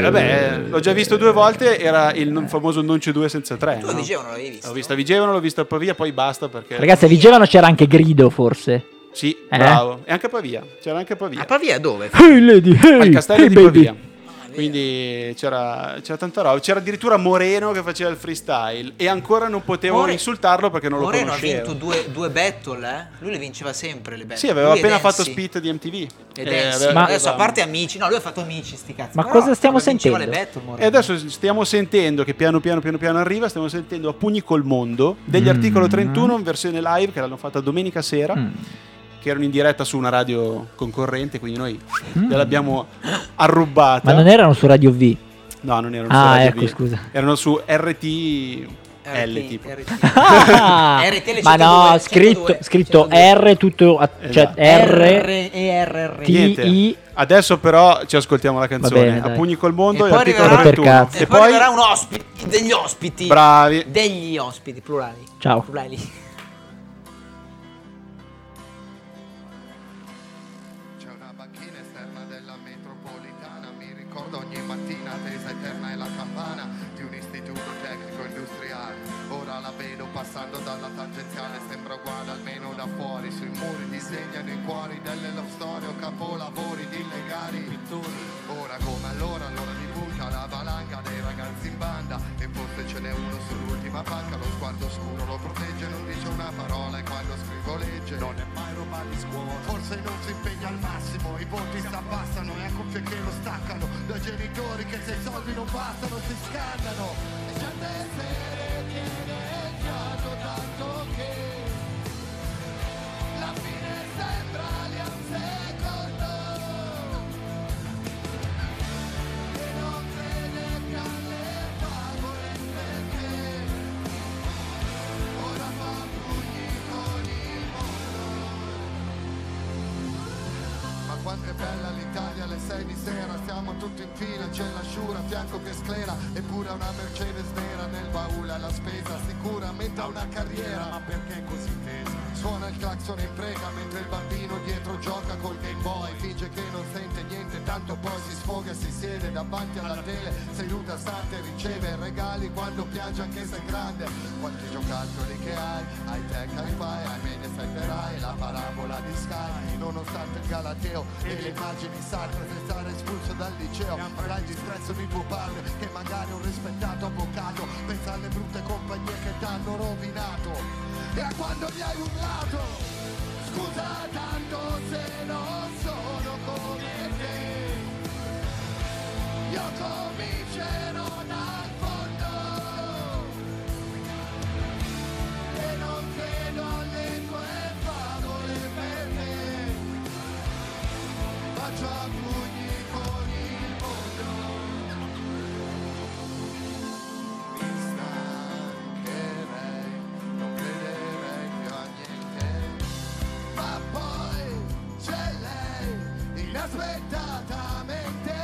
J: vabbè, l'ho già visto due volte, era il non- famoso Non c'è due senza tre.
H: Tu
J: no?
H: a Vigevano l'avevi visto?
J: L'ho vista a Vigevano, l'ho vista a Pavia, poi basta perché...
I: Ragazzi, a Vigevano c'era anche Grido, forse.
J: Sì,
I: Eh?
J: bravo. E anche a Pavia, c'era anche a Pavia.
H: A Pavia dove?
I: Hey lady, hey,
J: al castello
I: hey,
J: di
I: baby.
J: Pavia. Quindi c'era, c'era tanta roba. C'era addirittura Moreno che faceva il freestyle. E ancora non potevo
H: More-
J: insultarlo perché non
H: Moreno
J: lo
H: ha
J: conoscevo.
H: vinto due, due battle, eh? Lui le vinceva sempre le battle.
J: Sì, aveva
H: Lui e
J: appena
H: Dancy.
J: fatto split di MTV.
H: E
J: Eh,
H: Dancy.
J: aveva-
I: Ma-
H: adesso a
J: aveva-
H: parte amici, no, lui ha fatto amici, sti cazzi.
I: Ma
H: Però
I: cosa stiamo
H: vinceva
I: sentendo?
H: le battle, Moreno.
J: E adesso stiamo sentendo che piano piano piano piano arriva, stiamo sentendo a pugni col mondo
I: Mm.
J: degli articolo 31 in versione live che l'hanno fatta domenica sera,
I: Mm.
J: che erano in diretta su una radio concorrente, quindi noi gliel'abbiamo arrubata.
I: Mm. Ma non erano su Radio V.
J: No, non erano
I: Ah,
J: su Radio
I: ecco,
J: V.
I: scusa.
J: Erano su RTL
H: RT,
J: tipo.
H: RT.
I: Ah!
H: RTL 102,
I: ma no,
H: 102,
I: scritto,
H: 102.
I: scritto R tutto, a- cioè
J: Esatto.
I: R,
H: e RR.
I: T, I.
J: Niente. Adesso però ci ascoltiamo la canzone
I: bene,
J: A
I: dai.
J: pugni col mondo
H: E
J: e,
H: poi
J: l'articolo
H: arriverà-
J: 31.
I: Per cazzo.
H: E, poi arriverà un ospite, degli ospiti.
J: bravi.
H: Degli ospiti, plurali.
I: Ciao.
H: Plurali.
K: C'è una banchina esterna della metropolitana, mi ricordo ogni mattina tesa eterna è la campana di un istituto tecnico industriale. Ora la vedo passando dalla tangenziale, sembra uguale almeno da fuori, sui muri disegnano i cuori delle love story o capolavori di legali pittori. Ora come allora, allora divulga la valanga dei ragazzi in banda e forse ce n'è uno sull'ultima banca, lo sguardo scuro lo protegge, non dice una parola e quando scrivo legge non è mai roba di scuola. Forse non si impegna al massimo, i voti si abbassano e a cuffie che lo staccano, da genitori che se i soldi non bastano si scannano. E c'è gente che ne è tanto che
L: bella l'Italia alle 6 di sera Siamo tutti in fila, c'è la sciura a fianco che sclera Eppure ha una Mercedes vera nel baule alla spesa Sicuramente ha una carriera, ma perché così tesa? Suona il clacson in prega mentre il bambino dietro gioca col Game Boy Finge che non sente niente, tanto poi si sfoga e si siede davanti alla tele Seduta stante riceve regali quando piange anche se è grande Quanti giocattoli che hai, hai te hai fai, hai media sai La parabola di Sky, nonostante il galateo E le immagini sacre di stare espulso dal liceo Avrai il disprezzo di tuo padre che magari è un rispettato avvocato Pensa alle brutte compagnie che t'hanno rovinato e a quando mi hai urlato scusa tanto se non sono come te io comincerò dal fondo e non credo alle tue favole per me faccio a pugni con il mondo mi stancherei non crederei più a niente. Ma poi c'è lei, inaspettatamente.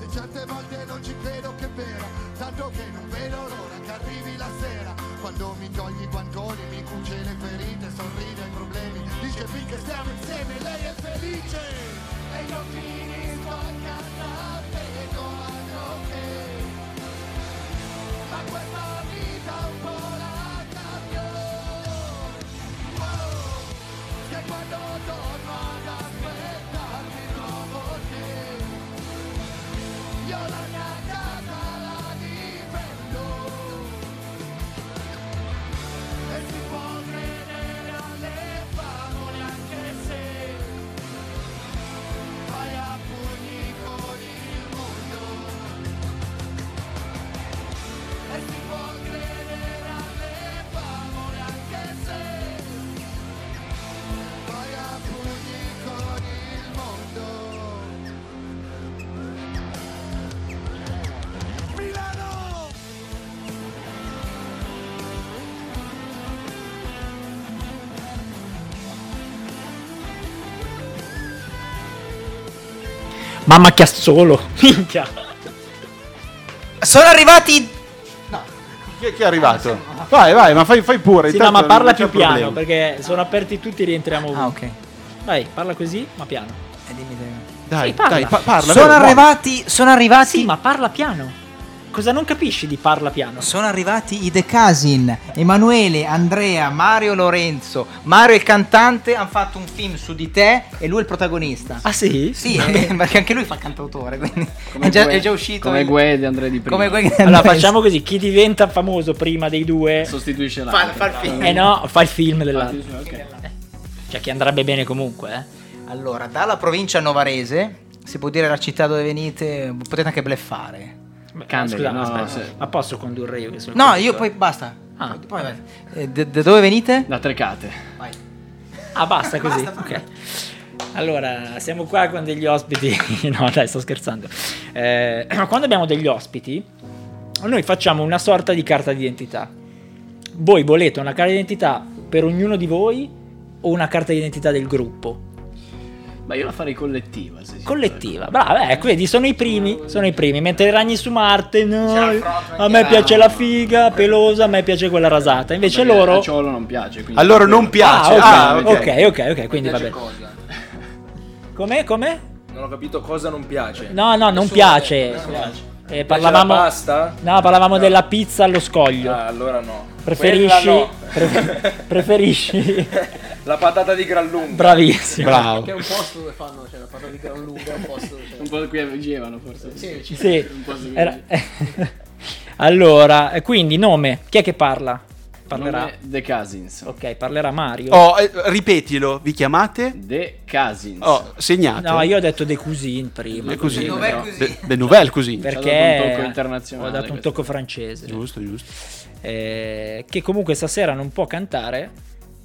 L: E certe volte non ci credo che è vera, tanto che non vedo l'ora che arrivi la sera. Quando mi togli i guantoni, mi cuce le ferite, sorride ai problemi. Dice finché stiamo insieme, lei è felice. E io finisco a canapè contro te. Ma questa vita un po' la cambio Oh, che quando torno ad aspettarti trovo te Io la mia casa la difendo E si può credere alle favole anche se Vai a pugni con il mondo e si può credere alle favole anche se vai a pugni con il mondo Milano!
I: Mamma che solo. Minchia.
H: Sono arrivati.
J: Chi è, chi è arrivato? Vai, vai, ma fai, fai pure.
I: Sì, no,
J: intanto
I: ma
J: non
I: parla
J: c'è
I: più piano
J: problema.
I: perché sono aperti tutti e rientriamo. Ah, ok. Eh, Vai, parla così, ma piano.
H: E dimmi
J: Dai,
I: sì, parla.
J: dai, pa- parla,
H: Sono vero, arrivati- sono arrivati.
I: Sì, ma parla piano. Cosa non capisci di parla piano?
H: Sono arrivati i The Casin, Emanuele, Andrea, Mario Lorenzo. Mario il cantante, hanno fatto un film su di te e lui è il protagonista.
I: Ah sì?
H: Sì,
I: Va
H: eh,
I: bene.
H: perché anche lui fa il cantautore, quindi è, già, è già uscito. il-
I: Andrea di
H: prima. come Guè di
I: allora
H: Andrea.
I: facciamo così, chi diventa famoso prima dei due sostituisce
H: l'altro. Fa- fa il film.
I: Eh no, fa il film dell'altro. Cioè che andrebbe bene comunque, eh.
H: Allora, dalla provincia novarese, si può dire la città dove venite, potete anche bleffare.
I: Scusa, ma aspetta, ma posso condurre io che sono il
H: No,
I: conduttore?
H: io poi basta.
I: Ah.
H: Poi vai. Eh, d- Da dove venite?
M: Da Trecate.
H: Vai.
I: Ah, basta così. Ok. Allora, siamo qua con degli ospiti. no, dai, sto scherzando. Eh, quando abbiamo degli ospiti, noi facciamo una sorta di carta d'identità. Voi volete una carta d'identità per ognuno di voi o una carta d'identità del gruppo?
M: Ma io la farei collettiva. Se si
I: Collettiva, brava, ecco, vedi, sono i primi, sono i primi, mentre i ragni su Marte, no, a me
M: anche
I: piace la figa, pelosa, a me piace quella rasata, invece
M: Perché
I: loro...
M: a Ciolo non piace. quindi-
J: Allora non piace.
I: Ah,
J: Ah,
I: ok,
J: ok.
I: ok, ok, ok, quindi va
N: piace
I: bene.
N: cosa?
I: Com'è, com'è?
N: Non ho capito cosa non piace.
I: No, no, non
N: Nessuno-
I: piace.
N: No, no.
I: Eh, parlavamo
N: la pasta?
I: No, parlavamo della pizza allo scoglio.
N: Ah, allora no.
I: Preferisci
N: Quella no.
I: pre- preferisci
N: La patata di gran lunga.
I: Bravissimo. Bravo.
N: Che è un
M: posto dove fanno, cioè, la parola di gran lunga, un posto... un po' qui a Vigevano, forse. Sì,
I: Sì.
M: Un posto qui a
I: Era- allora, eh, quindi nome, chi è che parla? Parlerà
M: Nome The Casins.
I: Ok, parlerà Mario.
J: Oh, eh, ripetilo, vi chiamate?
M: De Casins.
J: Oh, segnate.
I: No, io ho detto De Cuisine prima.
J: Le cosine.
I: quindi-
J: De, de nouvelle cosine.
I: Perché
M: un tocco internazionale
I: Ho dato un
M: questo.
I: tocco francese. Eh,
J: Giusto, giusto.
I: che comunque stasera non può cantare.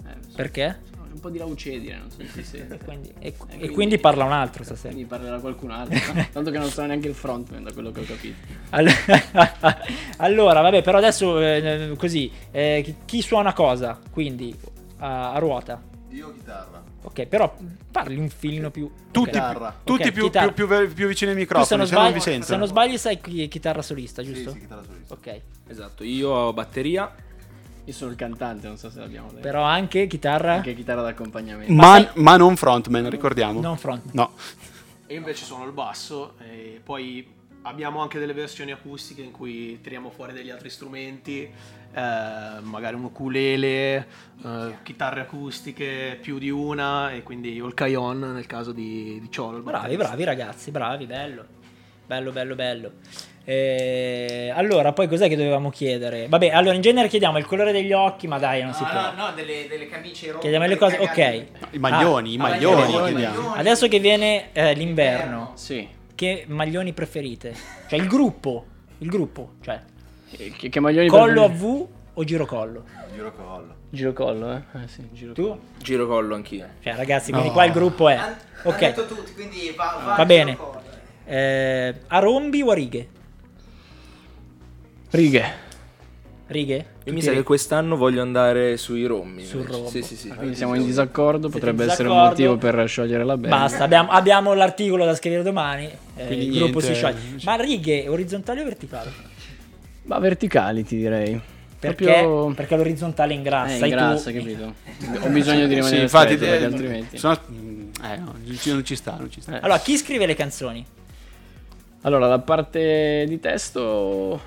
M: Eh,
I: Perché?
M: Un po' di laucedine, non so se si sente.
I: e, quindi parla un altro stasera.
M: Quindi parlerà qualcun altro. Tanto che non sarà neanche il frontman, da quello che ho capito.
I: All- allora, vabbè, però adesso eh, così, eh, chi- chi suona cosa? Quindi a, a ruota.
O: Io chitarra.
I: Ok, però parli un filino più.
J: Tutti,
I: Ok,
J: più,
I: ok,
J: tutti più,
I: chitarra.
J: più, più, ver- più vicini ai
I: Tu, se
J: microfoni,
I: non,
M: diciamo
J: se no non
I: sbagli,
J: vi sentono.
I: se non sbagli, sai chi- chitarra solista, giusto?
M: chitarra solista.
I: Ok.
N: Esatto, io ho batteria.
M: Io sono il cantante, non so se l'abbiamo detto.
I: Però anche chitarra.
M: Anche chitarra d'accompagnamento.
J: Ma, ma non frontman, ricordiamo.
I: Non frontman.
J: No.
P: Io invece sono il basso e poi abbiamo anche delle versioni acustiche in cui tiriamo fuori degli altri strumenti, eh, magari un ukulele, eh, chitarre acustiche, più di una e quindi o il cajon nel caso di, di Ciolo. il
I: Bravi,
P: batterista.
I: bravi ragazzi, bravi, bello. Bello, bello, bello. Eh, allora, poi cos'è che dovevamo chiedere? Vabbè, allora in genere chiediamo il colore degli occhi, ma dai, non
H: Ah,
I: si può.
Q: Ah, no, delle, delle camicie rotte.
I: Chiediamo le cose, ok. Ah,
J: I maglioni, i maglioni, chiediamo.
I: Adesso che viene eh, l'inverno,
M: sì.
I: che maglioni preferite? Cioè il gruppo, il gruppo, cioè
M: Eh,
Q: Eh,
M: Che, che maglioni
I: collo a
M: preferite?
I: V o girocollo?
Q: Girocollo.
M: Girocollo, eh? eh sì, girocollo. Tu?
N: Girocollo anch'io.
I: Cioè ragazzi, quindi qua il gruppo è...
Q: Han-
I: ok,
Q: Hanno detto tutti, quindi va, va,
I: va bene. Eh, a rombi o a righe?
M: Righe.
I: Righe?
N: Io mi sa che quest'anno voglio andare sui rommi.
I: Sul
N: invece.
I: rombo.
N: Sì, sì, sì.
I: Ah,
M: Quindi siamo in disaccordo,
I: Siete
M: potrebbe
I: in
M: essere un
I: disaccordo?
M: motivo per sciogliere la band.
I: Basta, abbiamo, abbiamo l'articolo da scrivere domani. eh,
M: Quindi
I: il gruppo si
M: niente.
I: scioglie. Ma righe orizzontali o verticali?
M: Ma verticali ti direi.
I: Perché,
M: Proprio-
I: perché l'orizzontale ingrassa.
M: Eh,
I: sai
M: ingrassa,
I: Ah, tu...
M: capito? Ho bisogno di rimanere
J: Sì, infatti,
M: stretto, perché
J: eh,
M: altrimenti-
J: se no- eh, no, non ci- non ci sta, non ci sta.
I: Allora, chi scrive le canzoni?
M: Eh, Allora, la parte di testo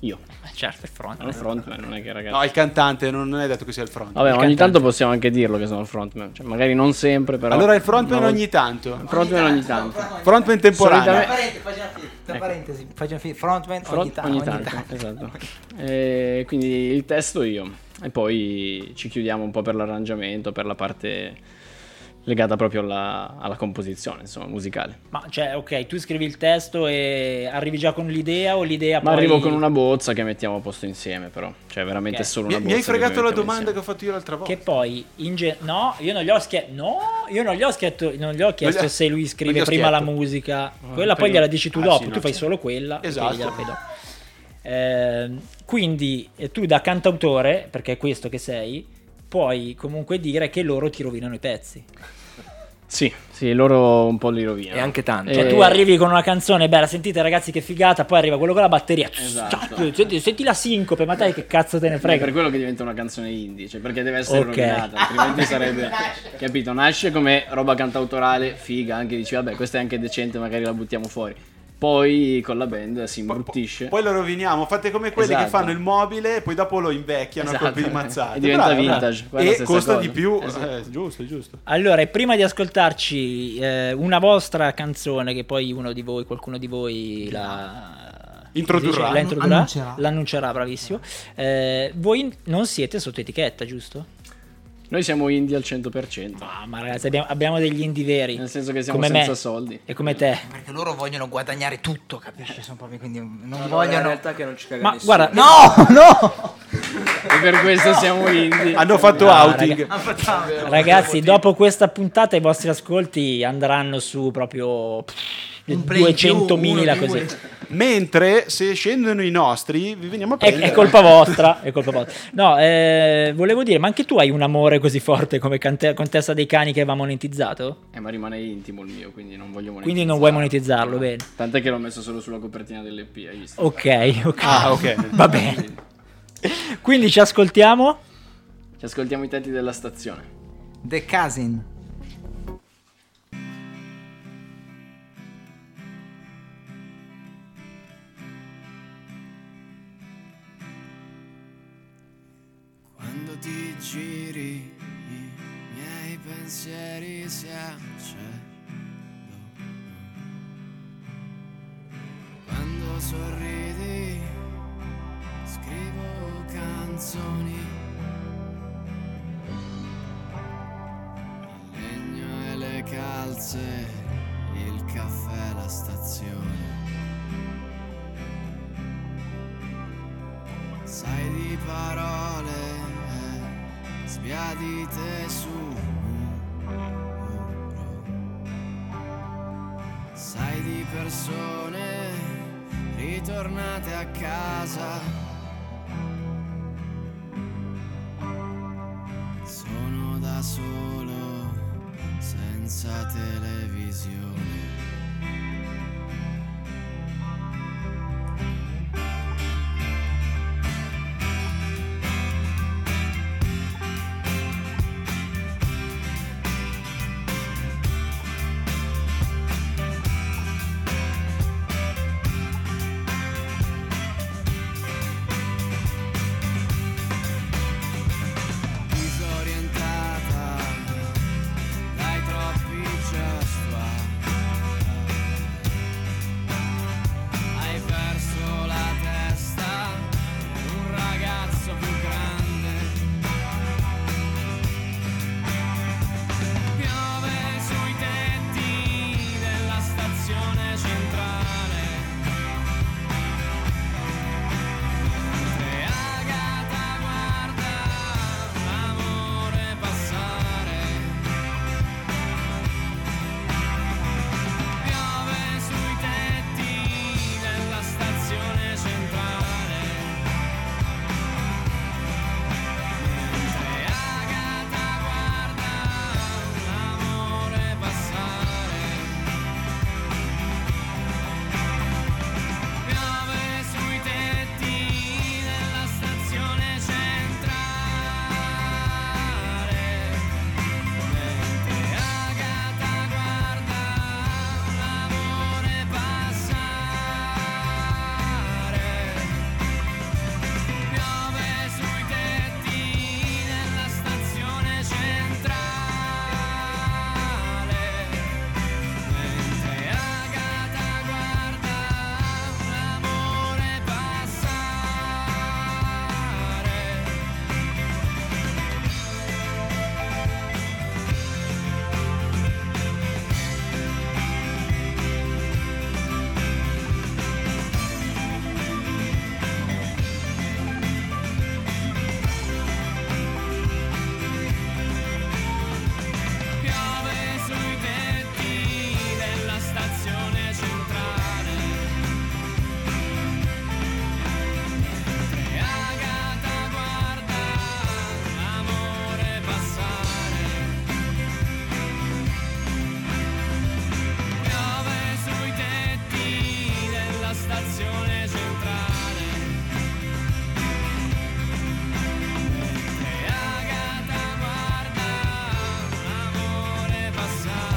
M: io.
J: Eh,
I: Certo, il frontman.
M: Il frontman, non è che ragazzi.
J: No, il cantante, non, non è detto che sia il frontman.
M: Vabbè, ma ogni
J: tanto
M: tanto possiamo anche dirlo che sono il frontman. Cioè, magari non sempre, però.
J: Allora il frontman
M: Una vol-
J: ogni tanto.
M: Il frontman ogni tanto.
J: Frontman
Q: Tra
M: Solitamente-
Q: parentesi, facciamo una fil- tra parentesi, facciamo fil- frontman
M: Ecco. Front-
Q: ogni, ta-
M: ogni tanto, esatto. Eh, quindi il testo io e poi ci chiudiamo un po' per l'arrangiamento, per la parte legata proprio alla, alla composizione, insomma, musicale.
I: Ma cioè, ok, tu scrivi il testo e arrivi già con l'idea o l'idea
M: Ma
I: poi...
M: arrivo con una bozza che mettiamo a posto insieme, però. Cioè, veramente
I: Ok.
M: solo
I: Mi-
M: una
I: mi
M: bozza.
I: hai
M: che
I: fregato
M: poi
I: la
M: mettiamo
I: domanda
M: insieme.
J: che ho fatto io l'altra volta.
I: Che poi, in ge- no, io non gli ho schie- no, io non gli ho schietto- non gli ho chiesto
M: Non gli-
I: se lui
M: non gli
I: scrive
M: ho
I: prima la
M: schietto.
I: musica,
M: Ah,
I: quella poi
M: prima.
I: gliela dici tu
M: Ah,
I: dopo,
M: sì, no,
I: tu fai
M: sì.
I: solo quella e
M: Esatto.
I: poi gliela fai dopo. Ehm, quindi eh, tu da cantautore, perché è questo che sei, puoi comunque dire che loro ti rovinano i pezzi.
M: Sì, sì, loro un po' li Eh, rovinano. E anche tanto.
I: Cioè, tu arrivi con una canzone bella, sentite ragazzi che figata, poi arriva quello con la batteria.
M: Esatto.
I: Cioè, Senti, senti la sincope, ma dai che cazzo te ne
M: È
I: frega.
M: per quello che diventa una canzone indie, cioè perché deve essere
I: Ok.
M: rovinata, altrimenti sarebbe... capito, nasce come roba cantautorale, figa, anche dici, vabbè, questa è anche decente, magari la buttiamo fuori. Poi con la band si imbruttisce.
J: Poi lo roviniamo, fate come quelli
M: Esatto.
J: che fanno il mobile e poi dopo lo invecchiano
M: Esatto.
J: a colpi di mazzate.
M: E diventa
J: Bravo, bravo.
M: vintage, quella è la
J: E
M: stessa
J: costa
M: cosa.
J: di più.
M: Esatto.
J: eh, giusto, giusto.
I: Allora, e prima di ascoltarci eh, una vostra canzone, che poi uno di voi, qualcuno di voi la
J: Introdurrà.
I: dice- la introdurrà,
J: Annuncerà.
I: l'annuncerà, bravissimo. Eh, voi non siete sotto etichetta, giusto?
M: Noi siamo indie al 100%.
I: Ah, ma ragazzi, abbiamo, abbiamo degli indie veri. Nel
M: senso che siamo
I: come
M: senza
I: me
M: soldi.
I: E come te.
Q: Perché loro vogliono guadagnare tutto, capisci? Sono proprio quindi non
N: No, no,
Q: vogliono.
N: in realtà che non ci caga
Q: Ma
N: nessuno.
Q: guarda, no, no.
M: E per questo siamo indie.
J: Hanno fatto
I: No,
J: outing.
I: raga-
Q: Hanno fatto outing.
I: Ragazzi, dopo questa puntata i vostri ascolti andranno su proprio pff,
J: play in più,
I: 200.000
J: uno, due.
I: così.
J: Mentre se scendono i nostri, vi veniamo a
I: È,
J: prendere.
I: è colpa vostra, è colpa vostra. No, eh, volevo dire, ma anche tu hai un amore così forte come cante- Contessa dei Cani che va monetizzato?
M: Eh, ma rimane intimo il mio, quindi non voglio monetizzarlo.
I: Quindi non vuoi monetizzarlo, bene.
M: Tant'è che l'ho messo solo sulla copertina dell'EP, hai visto?
I: Ok, ok.
M: Ah, ok.
I: Va bene. Quindi ci ascoltiamo.
M: Ci ascoltiamo i tetti della stazione.
Q: The Cousin.
R: Quando ti giri i miei pensieri si accendono Quando sorridi scrivo canzoni Il legno e le calze, il caffè, la stazione Sai di parole eh, sbiadite su Sai di persone ritornate a casa Sono da solo
S: senza televisione. disorientata dai troppi gestuali. Hai perso la testa, un ragazzo più grande. Piove sui tetti della stazione centrale. E Agata guarda l'amore passare. Piove sui tetti della stazione centrale. Mentre Agata guarda l'amore passare. Piove sui tetti della stazione centrale. Mentre Agata guarda l'amore passare. Piove sui tetti della stazione centrale. Mentre Agata guarda l'amore passare. Piove sui tetti della stazione centrale. Mentre Agata guarda l'amore passare. Piove sui tetti della stazione centrale. Mentre Agata guarda l'amore passare.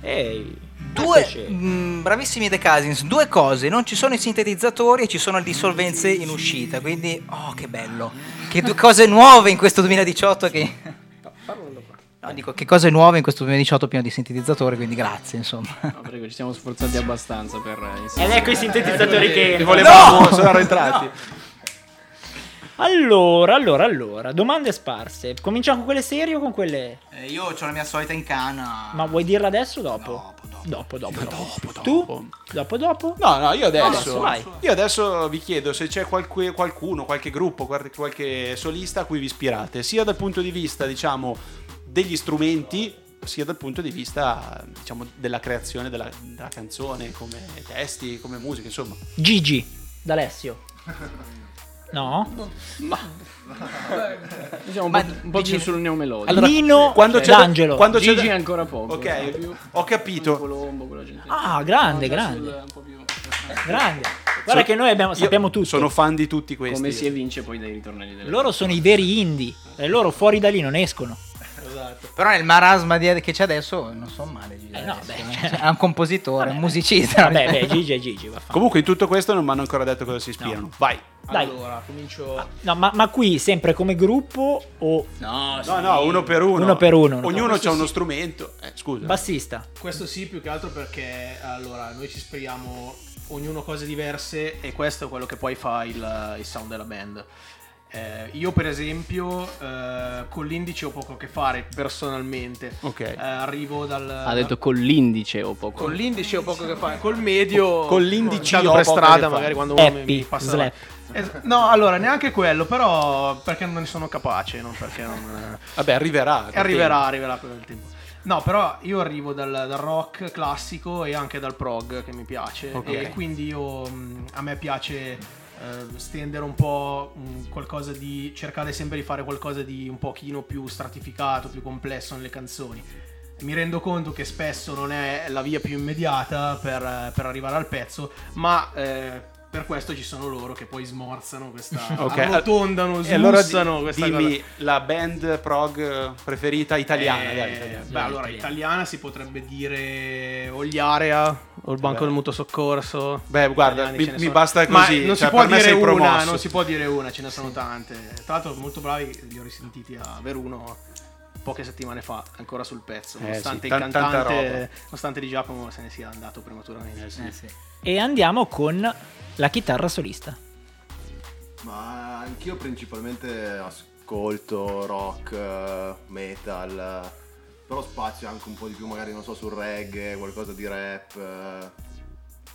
H: Ehi. Due mh, bravissimi The Cousins, due cose, non ci sono i sintetizzatori e ci sono le dissolvenze in uscita, quindi oh che bello. Che due cose nuove in questo 2018 che No, dico che cose nuove in questo 2018 pieno di sintetizzatori, quindi grazie, insomma.
M: No, prego, ci siamo sforzati abbastanza per... eh,
H: Ed ecco i
J: Eh,
H: sintetizzatori che-
M: Li
J: volevamo,
M: no!
J: sono arretrati.
I: Allora, allora, allora, domande sparse. Cominciamo con quelle serie o con quelle...
T: Eh, io ho la mia solita in cana.
I: Ma vuoi dirla adesso o dopo? Dopo, dopo. Dopo, Tu? Dopo, dopo?
J: No, no, io adesso.
I: vai.
J: Io adesso vi chiedo se c'è qualche- qualcuno, qualche gruppo, qual- qualche solista a cui vi ispirate, sia dal punto di vista, diciamo, degli strumenti, sia dal punto di vista, diciamo, della creazione della, della canzone, come testi, come musica, insomma.
I: Gigi, d'Alessio. No?
M: Ma... diciamo un
I: Ma
M: po', un po' più
I: dici-
M: sul neomelodico.
I: Allora, Nino
J: quando c'è da-
I: D'Angelo.
J: quando c'è da-
M: Gigi ancora poco.
J: Ok,
M: eh, più-
J: ho capito.
M: Colombo, quella gente.
I: Ah, grande,
M: No, già
I: grande.
M: sul- un po' più-
I: Grande. Guarda che noi abbiamo-
J: io
I: sappiamo tutto.
J: Sono fan di tutti questi.
M: Come si evince poi dai ritornelli delle
I: Loro sono i veri indie. E loro fuori da lì non escono.
M: Esatto.
H: Però nel marasma di- che c'è adesso non so male. Gigi D'Alessio, eh. Cioè, è un compositore, un musicista.
I: Vabbè, beh, Gigi è Gigi, vaffanculo.
J: Comunque, in tutto questo non mi hanno ancora detto cosa si ispirano. Vai.
I: Dai.
M: Allora, comincio...
I: No, ma, ma qui sempre come gruppo o...
M: No,
J: No, no, uno per uno.
I: Uno per uno.
J: Ognuno
I: No,
J: ha
I: questo
J: uno
I: sì.
J: strumento. Eh, scusa.
I: Bassista.
P: Questo sì, più che altro perché allora noi ci ispiriamo ognuno cose diverse e questo è quello che poi fa il, il sound della band. Eh, Eh, io per esempio eh, con l'indice ho poco a che fare personalmente.
J: Ok.
P: Eh, arrivo dal...
M: Ha detto con l'indice o poco.
P: Con l'indice ho poco a che fare, col medio...
M: Con l'indice
P: Tanto
M: ho
P: per
M: poco a che
P: strada
M: fare.
P: magari quando uno mi,
M: Happy,
P: mi passa...
M: slap.
P: Eh, no, allora neanche quello, però perché non ne sono capace, non perché non...
J: Vabbè, arriverà.
P: E arriverà, arriverà con il tempo. No, però io arrivo dal, dal rock classico e anche dal prog che mi piace.
J: Ok.
P: E quindi io, mh, a me piace eh, stendere un po' mh, qualcosa di. cercare sempre di fare qualcosa di un pochino più stratificato, più complesso nelle canzoni. Mi rendo conto che spesso non è la via più immediata per, per arrivare al pezzo, ma. eh, per questo ci sono loro che poi smorzano questa.
J: Ok.
P: arrotondano,
J: E allora di-
P: smussano questa cosa.
J: dimmi la band prog eh, preferita italiana.
P: Eh,
J: dai, italiana.
P: Beh, allora, italiana. si potrebbe dire o gli area o il banco
J: Beh.
P: del mutuo soccorso.
J: Beh, guarda,
P: Italiani
J: mi-
P: ce ne
J: mi
P: sono-
J: basta
P: Ma
J: così,
P: non
J: cioè,
P: si può
J: per me
P: dire
J: sei
P: una,
J: promosso.
P: non si può dire una, ce ne sono tante. Tra l'altro, molto bravi, li ho risentiti a Veruno poche settimane fa, ancora sul pezzo.
J: Eh,
P: Nonostante
J: sì,
P: il
J: tan- tanta roba.
P: cantante, nonostante Di Giacomo se ne sia andato prematuramente. Eh,
I: E andiamo con la chitarra solista.
O: Ma anch'io principalmente ascolto rock, eh, metal, eh, però spazio anche un po' di più magari, non so, sul reggae, qualcosa di rap. eh.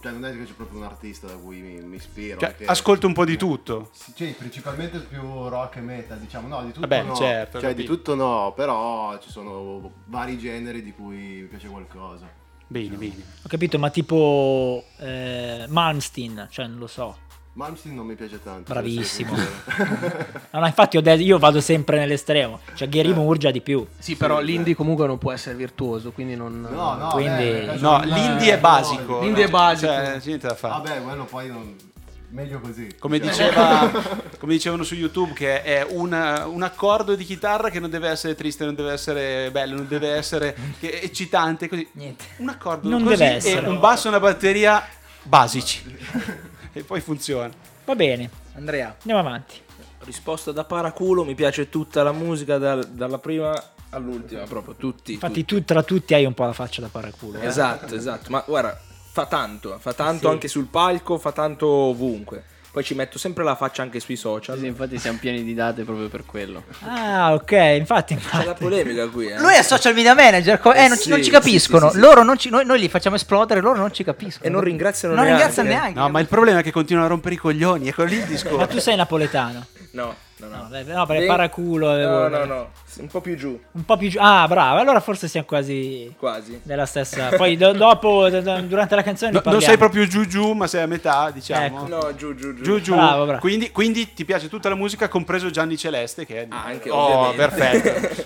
O: Cioè non è che c'è proprio un artista da cui mi, mi ispiro.
J: Cioè,
O: perché-
J: ascolto un po' di tutto.
O: Sì, cioè, principalmente più rock e metal, diciamo, no, di tutto
J: Vabbè,
O: no.
J: certo,
O: Cioè,
J: capito.
O: di tutto no, però ci sono vari generi di cui mi piace qualcosa.
J: Bene, bene.
I: Ho capito, ma tipo eh, Malmsteen, cioè non lo so.
O: Malmsteen non mi piace tanto.
I: Bravissimo.
O: devo essere sincero.
I: No, no, infatti ho detto- io vado sempre nell'estremo, cioè
J: Eh.
I: Gary Murgia di più.
P: Sì, però l'indie comunque non può essere virtuoso, quindi non.
O: No, no,
I: Quindi-
O: beh, cioè, eh,
J: No, l'indie è basico.
P: L'indie è basico.
J: Cioè, c'è niente da fare.
O: Vabbè, quello poi non... meglio così.
J: Come,
O: Diciamo.
J: diceva, come dicevano su YouTube, che è una- un accordo di chitarra che non deve essere triste, non deve essere bello, non deve essere che- eccitante, così. Un accordo
I: Non
J: così
I: deve
J: e
I: essere.
J: un basso e una batteria basici. e poi funziona.
I: Va bene,
N: Andrea.
I: andiamo avanti.
N: Risposta da paraculo, mi piace tutta la musica dal- dalla prima all'ultima, proprio tutti.
I: Infatti tu tra tutti hai un po' la faccia da paraculo. eh.
N: Esatto, esatto. Ma guarda, fa tanto, fa tanto
I: Sì.
N: anche sul palco, fa tanto ovunque. Poi ci metto sempre la faccia anche sui social.
M: infatti siamo pieni di date proprio per quello.
I: Ah, ok, infatti.
N: C'è la polemica qui, eh.
Q: Lui è social media manager, co- eh, non, ci,
N: Sì,
Q: non ci
N: sì,
Q: capiscono.
N: sì, sì, sì.
Q: Loro non ci- noi, noi li facciamo esplodere, loro non ci capiscono.
N: E non ringraziano
Q: non
N: neanche.
Q: ringraziano neanche.
J: No, ma il problema è che continuano a rompere i coglioni, è quello lì il discorso.
I: Ma tu sei napoletano.
N: No, no, no.
I: beh, no, perché paraculo, eh,
N: No,
I: vuole-
N: no, no. Un po' più giù.
I: Un po' più giù. Ah, bravo, allora forse siamo quasi...
N: Quasi.
I: Della stessa... Poi do- dopo, d- d- durante la canzone...
J: No,
I: ne
J: non
I: parliamo.
J: sei proprio giù giù, ma sei a metà, diciamo.
I: Ecco.
N: No, giù, giù, giù.
J: Giù giù.
I: Bravo, bravo.
J: Quindi, quindi ti piace tutta la musica, compreso Gianni Celeste, che è di-
N: Ah, anche,
J: Oh,
N: ovviamente.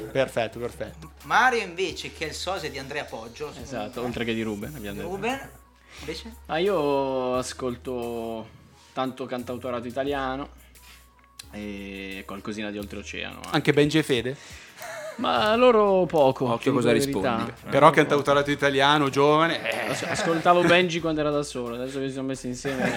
J: perfetto. perfetto, perfetto.
Q: Mario invece, che è il sosia di Andrea Poggio.
M: Esatto, oltre che di Ruben abbiamo detto.
Q: Ruben, invece?
M: Ah, io ascolto tanto cantautorato italiano e qualcosina di oltreoceano.
J: Anche Benji e Fede.
M: Ma loro poco.
N: Occhio
M: ti
N: cosa
M: dico la verità.
N: rispondi.
J: Però cantautorato italiano, giovane. eh.
M: As- Ascoltavo Benji quando era da solo, adesso che si sono messi insieme.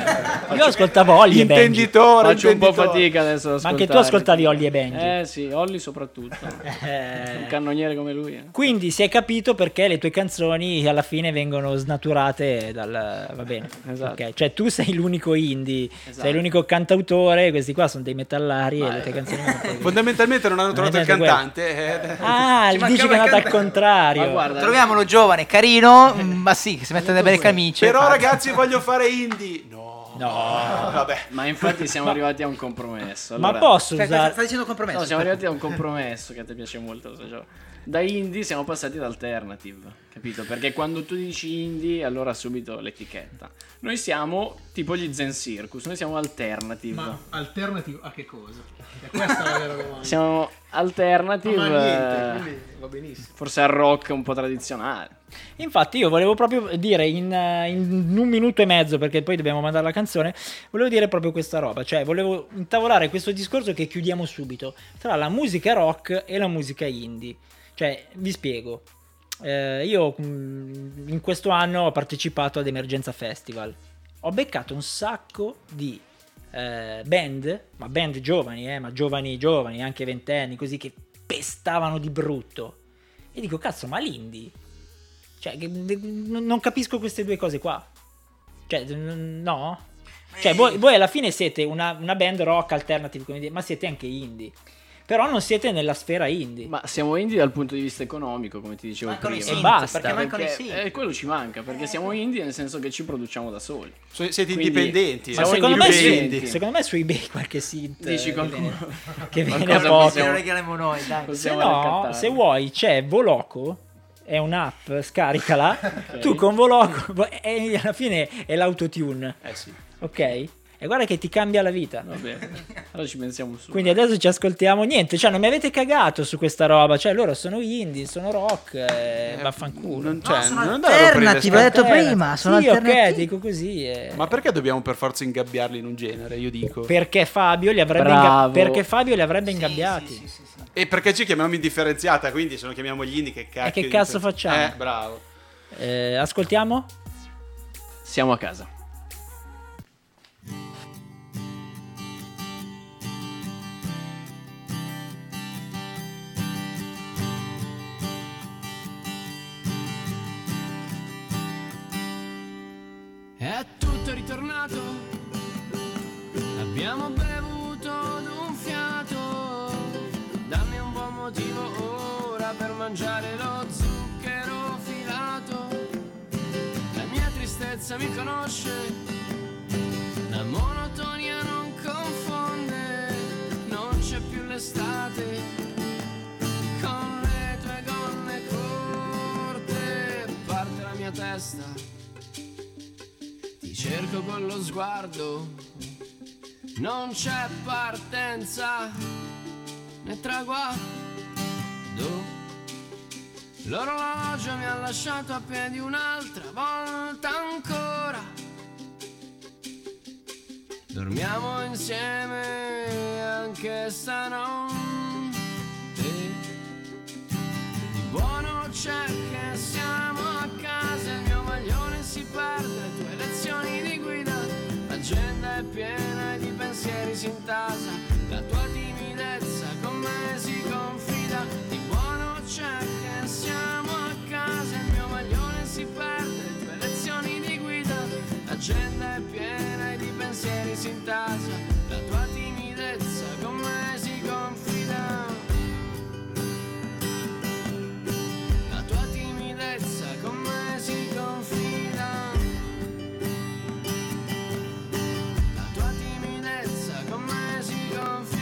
I: Io ascoltavo Olly e Benji.
J: Intenditore,
M: Faccio un po'
J: intenditore.
M: fatica adesso. ad
I: Ma anche tu
M: ascoltarli.
I: ascoltavi Olly e Benji.
M: Eh sì, Olly soprattutto. Un cannoniere come lui. eh.
I: Quindi si è capito perché le tue canzoni alla fine vengono snaturate dal... va bene.
N: Esatto.
I: ok. Cioè tu sei l'unico indie, sei l'unico cantautore, questi qua sono dei metallari e le
N: eh,
I: tue canzoni...
J: Fondamentalmente non hanno trovato
I: è
J: il
I: neanche
J: cantante. eh.
I: Ah,
Q: Ci
I: dici
Q: mancava
I: che è andato
Q: il
I: al contrario.
Q: Ma guarda- Troviamolo giovane, carino, mm, ma sì, che si mette delle belle camicie.
J: Però
Q: fa-
J: ragazzi voglio fare indie. No. Vabbè.
M: Ma infatti siamo arrivati a un compromesso.
I: Ma
M: allora-
I: posso Aspetta, usare-
Q: stai dicendo compromesso,
M: No, siamo
Q: aspetta.
M: arrivati a un compromesso che a te piace molto. lo so già. Da indie siamo passati ad alternative, capito? Perché quando tu dici indie, allora subito l'etichetta. Noi siamo tipo gli Zen Circus, noi siamo alternative.
P: Ma alternative a che cosa? E questa è la vera domanda.
M: Siamo alternative.
P: Ah, Ma niente,
M: eh,
P: quindi va benissimo.
M: Forse al rock un po' tradizionale.
I: Infatti, io volevo proprio dire in, eh, in un minuto e mezzo, perché poi dobbiamo mandare la canzone. Volevo dire proprio questa roba, cioè volevo intavolare questo discorso che chiudiamo subito tra la musica rock e la musica indie. Cioè, vi spiego. Eh, io mh, in questo anno ho partecipato ad Emergenza Festival. Ho beccato un sacco di eh, band, ma band giovani, eh, ma giovani giovani, anche ventenni, così che pestavano di brutto. E dico, cazzo, ma l'indie? Cioè, che- de- non non capisco queste due cose qua. Cioè, n- no? Cioè, voi, voi alla fine siete una, una band rock alternative, come dire, ma siete anche indie. Però non siete nella sfera indie.
M: Ma siamo indie dal punto di vista economico, come ti dicevo
I: Mancano i
M: prima.
I: synth, E basta. perché mancano i
M: Perché, eh, quello ci manca, perché siamo indie nel senso che ci produciamo da soli.
J: So- siete
M: Quindi-
J: indipendenti,
I: Ma
M: siamo
I: secondo me,
M: indipendenti.
I: su, secondo me su eBay qualche synth eh,
M: Dici
I: che
M: qualcuno-
I: viene- che viene a
M: qualcosa
I: poco.
M: possiamo-
Q: regaliamo noi, dai.
I: Se
M: possiamo
I: no,
M: raccattare.
I: se vuoi, c'è Voloco. È un'app, scaricala. Tu con Voloco. E alla fine è l'autotune.
M: Eh sì.
I: Ok? E guarda che ti cambia la vita.
M: Va bene. Allora ci pensiamo su.
I: Quindi adesso ci ascoltiamo niente, cioè non mi avete cagato su questa roba, cioè loro sono indie, sono rock, eh, vaffanculo.
J: non- cioè, No, sono non andare a rompere le
Q: Alternative, l'ho detto
J: scatole.
Q: prima, sono
I: sì, ok,
Q: alternativi.
I: dico così. eh.
J: Ma perché dobbiamo per forza ingabbiarli in un genere? Io dico.
I: Perché Fabio li avrebbe, inga-
J: Bravo.
I: perché Fabio li avrebbe ingabbiati.
J: E perché ci chiamiamo indifferenziata, quindi se non chiamiamo gli indie che cacchio.
I: E che
J: di-
I: cazzo facciamo?
J: Eh, bravo.
I: Eh, ascoltiamo?
M: Siamo a casa.
R: È tutto ritornato, abbiamo bevuto d'un fiato. Dammi un buon motivo ora per mangiare lo zucchero filato. La mia tristezza mi conosce, la monotonia non confonde, non c'è più l'estate. Con le tue gonne corte parte la mia testa. Ti cerco con lo sguardo, non c'è partenza né traguardo. L'orologio mi ha lasciato a piedi un'altra volta ancora. Dormiamo insieme anche stanotte. Di buono c'è che siamo a casa, il mio maglione si perde, le tue lezioni di guida. L'agenda è piena di pensieri si intasa, la tua timidezza con me si confida. Di buono c'è che siamo a casa, il mio maglione si perde, le tue lezioni di guida. L'agenda è piena di pensieri si intasa, la tua timidezza con me si confida. La tua timidezza con me si confida. La tua timidezza con me si confida.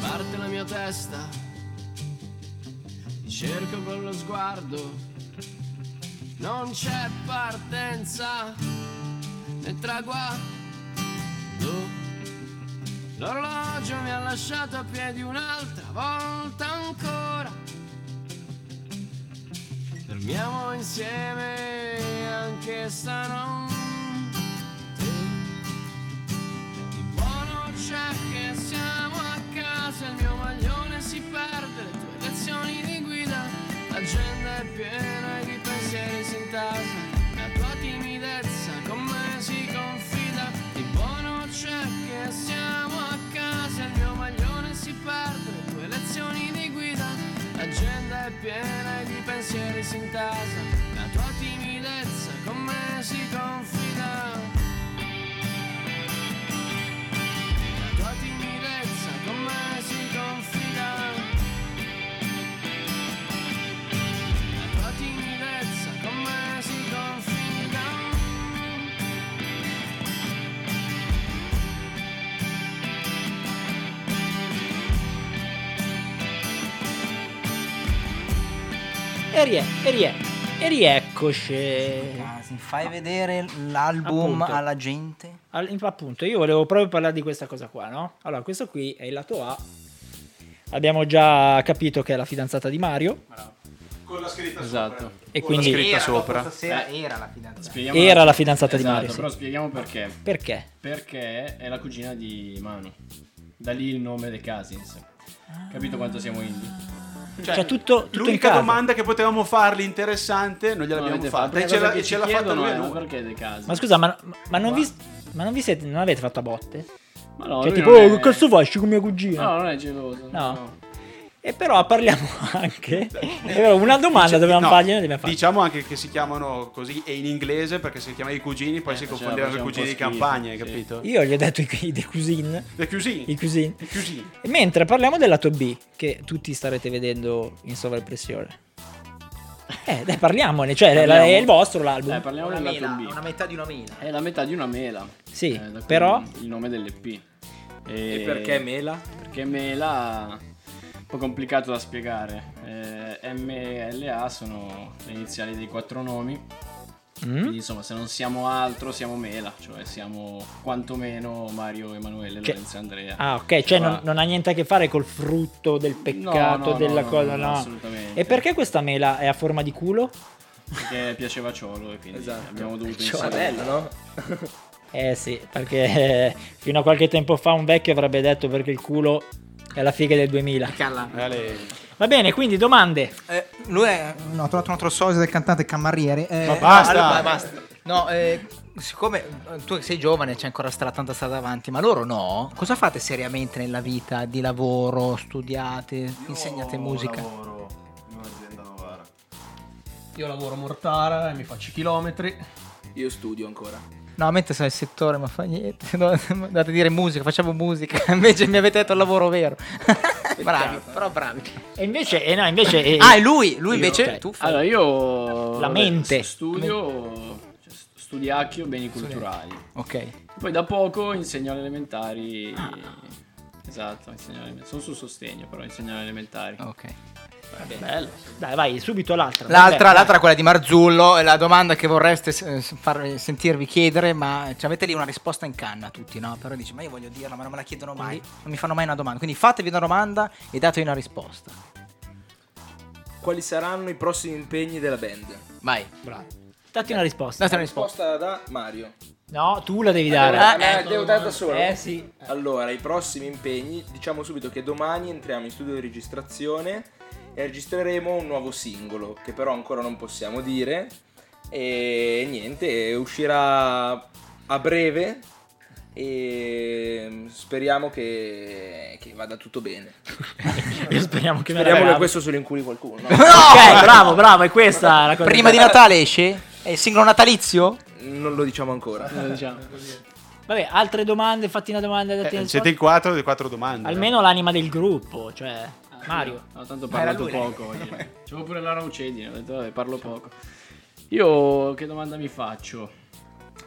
R: Parte la mia testa, ti cerco con lo sguardo non c'è partenza né traguardo. L'orologio mi ha lasciato a piedi un'altra volta ancora. Dormiamo insieme anche stanotte. Di buono c'è che siamo a casa, il mio maglione si perde, le tue lezioni di guida. L'agenda è piena di pensieri si intasa, la tua timidezza con me si confida. Di buono c'è che siamo a casa, il mio maglione si perde, le tue lezioni di guida. L'agenda è piena di pensieri si intasa, la tua timidezza con me si confida. La tua timidezza con me si confida. La tua timidezza con me si confida.
I: E, rie- e rie- e rieccoci.
Q: Fai vedere l'album
I: Appunto.
Q: alla gente.
I: Al- in- appunto, io volevo proprio parlare di questa cosa qua, no? Allora, questo qui è il lato A. Abbiamo già capito che è la fidanzata di Mario.
J: Con la scritta eh.
M: Esatto.
I: E quindi-
J: scritta
I: Era,
J: sopra.
Q: Stasera era la fidanzata.
M: Spieghiamo
I: Era
M: un
I: la
M: attimo.
I: fidanzata di
M: Esatto,
I: Mario, sì.
M: Però spieghiamo perché.
I: Perché?
M: Perché è la cugina di Manu. Da lì il nome dei Casins. Capito quanto siamo indie?
J: Cioè,
I: Cioè, tutto- tutto in
J: l'unica
I: casa.
J: domanda che potevamo farli interessante non
M: Non
J: gliel'abbiamo
M: avete
J: fatta.
M: fatto.
J: E ce l'ha,
M: Perché
J: e ce l'ha
M: ci
J: fatta
M: chiedono,
J: lui a
M: eh, ma
J: lui.
M: Perché dei Casins?
I: Ma scusa, ma, ma non vi. Ma non vi siete. Non avete fatto a botte?
M: Ma no,
I: cioè,
M: lui
I: tipo,
M: non è-
I: "Oh, che cazzo fai? Esci con mia cugina.
M: No, non è geloso. No.
I: E però parliamo anche. È vero, una domanda dovevamo
J: Eh, No,
I: fargli, noi l'abbiamo fatta.
J: Diciamo anche che si chiamano così e in inglese perché se li chiamavi i cugini
M: Eh,
J: poi si confondevano con
I: faceva
J: i cugini
I: un
J: di
I: po' schifo,
J: campagna, hai capito?
I: Io gli ho detto i, i The Cuisine.
J: The Cuisine.
I: I Cuisine.
J: Cuisine.
I: E mentre parliamo della tua B, che tutti starete vedendo in sovrappressione. Eh, dai, parliamone. Cioè, la-
M: Parliamo-
I: è il vostro l'album.
M: Eh, parliamo
H: Una
M: del lato
H: mela,
M: B.
H: una metà di una mela.
M: È la metà di una mela.
I: Sì,
M: Eh, da qui
I: però-
M: Il nome dell'EP. E...
N: E perché mela?
M: Perché mela... Un po' complicato da spiegare. Eh, M e LA sono le iniziali dei quattro nomi.
I: Mm?
M: Quindi, insomma, se non siamo altro, siamo mela. Cioè, siamo quantomeno Mario, Emanuele,
I: Che-
M: Lorenzo e Andrea.
I: Ah, ok, cioè
M: Ora-
I: non, non ha niente a che fare col frutto del peccato,
M: No, no,
I: della
M: no,
I: cosa,
M: no,
I: no.
M: no, assolutamente.
I: E perché questa mela è a forma di culo?
M: Perché piaceva Ciolo e quindi abbiamo dovuto
N: Ciolo,
M: inserire.
N: Esatto. bello, no?
I: Eh sì, perché eh, fino a qualche tempo fa un vecchio avrebbe detto perché il culo è la figa del 2000. Va bene, quindi domande.
M: Eh,
H: Lui Eh, è... No, ho trovato un altro sosia del cantante Cammarrieri. eh,
I: Ma basta!
H: No, allora, basta. No, eh, siccome eh, tu sei giovane c'è ancora stra- tanta strada davanti, ma loro no. Cosa fate seriamente nella vita? Di lavoro, studiate, insegnate musica?
O: Lavoro in un'azienda novara.
P: Io lavoro a Mortara e mi faccio i chilometri.
N: Io studio ancora.
H: No, mentre sei il settore, ma fa niente. No, andate a dire musica, facciamo musica. Invece mi avete detto il lavoro vero. bravi, però bravi.
I: E invece, eh, no, invece eh, cioè,
H: ah, è lui, lui
M: Io-
H: invece
M: ok.
H: tu fai.
M: Allora io
I: La mente.
M: studio cioè, studiacchio beni culturali.
H: Ok.
M: Poi da poco insegno alle elementari. Esatto, insegno alle elementari. sono sul sostegno, però insegno alle elementari.
H: Ok.
M: Bello.
I: Dai, vai, subito l'altra.
H: L'altra,
I: Vabbè,
H: l'altra è quella di Marzullo, è la domanda che vorreste eh, farvi- sentirvi chiedere, ma cioè, avete lì una risposta in canna tutti, no? Però dici, ma io voglio dirla, ma non me la chiedono mai, non mi fanno mai una domanda. Quindi fatevi una domanda e datevi una risposta.
N: Quali saranno i prossimi impegni della band?
H: Vai.
I: Bravo. Datti una risposta.
H: Date una
N: Risposta da Mario.
I: No, tu la devi dare.
N: Ah, eh, devo dare da solo.
I: Eh sì.
N: Allora, i prossimi impegni, diciamo subito che domani entriamo in studio di registrazione e registreremo un nuovo singolo, che però ancora non possiamo dire. E niente, uscirà a breve e speriamo che, che vada tutto bene.
I: Io speriamo che me
N: speriamo che
I: la regalo.
N: questo se lo inculi qualcuno. no?
I: Ok, bravo, bravo, è questa la cosa.
H: Prima di Natale esce? È il singolo natalizio?
N: Non lo diciamo ancora.
M: Non lo diciamo.
I: Vabbè, altre domande, fatti una domanda da te.
J: Eh, siete in quattro delle quattro domande.
I: Almeno l'anima del gruppo, cioè Mario.
M: Ah, No, tanto ho
I: Ma era
M: parlato
I: lui,
M: poco oggi. C'avevo pure la Raucedine, ho detto vabbè, parlo poco. Io che domanda mi faccio?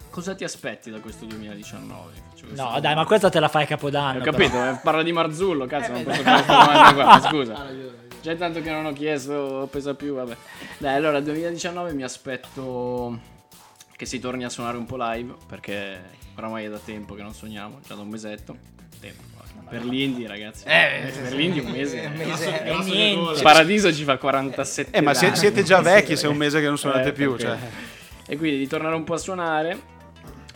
M: Cosa ti aspetti da questo 2019? Faccio questa
I: No,
M: domanda.
I: dai, ma questa te la fai a Capodanno.
M: Ho capito,
I: però.
M: eh, parla di Marzullo, cazzo,
I: Eh,
M: non
I: beh,
M: posso
I: dai. Ah,
M: fare questa domanda qua,
I: Ha
M: scusa.
I: ragione, ha
M: Già tanto che non ho chiesto, ho peso più, vabbè. Dai, allora 2019 mi aspetto che si torni a suonare un po' live, perché oramai è da tempo che non suoniamo, già da un mesetto. Tempo. guarda. Per l'Indy, ragazzi.
H: Eh,
M: per l'Indy un mese.
H: un mese, eh, niente.
M: Paradiso ci fa 47
J: Eh, ma se-
M: anni.
J: siete già vecchi se è un mese che non suonate più,
M: per
J: cioè.
M: quello. E quindi di tornare un po' a suonare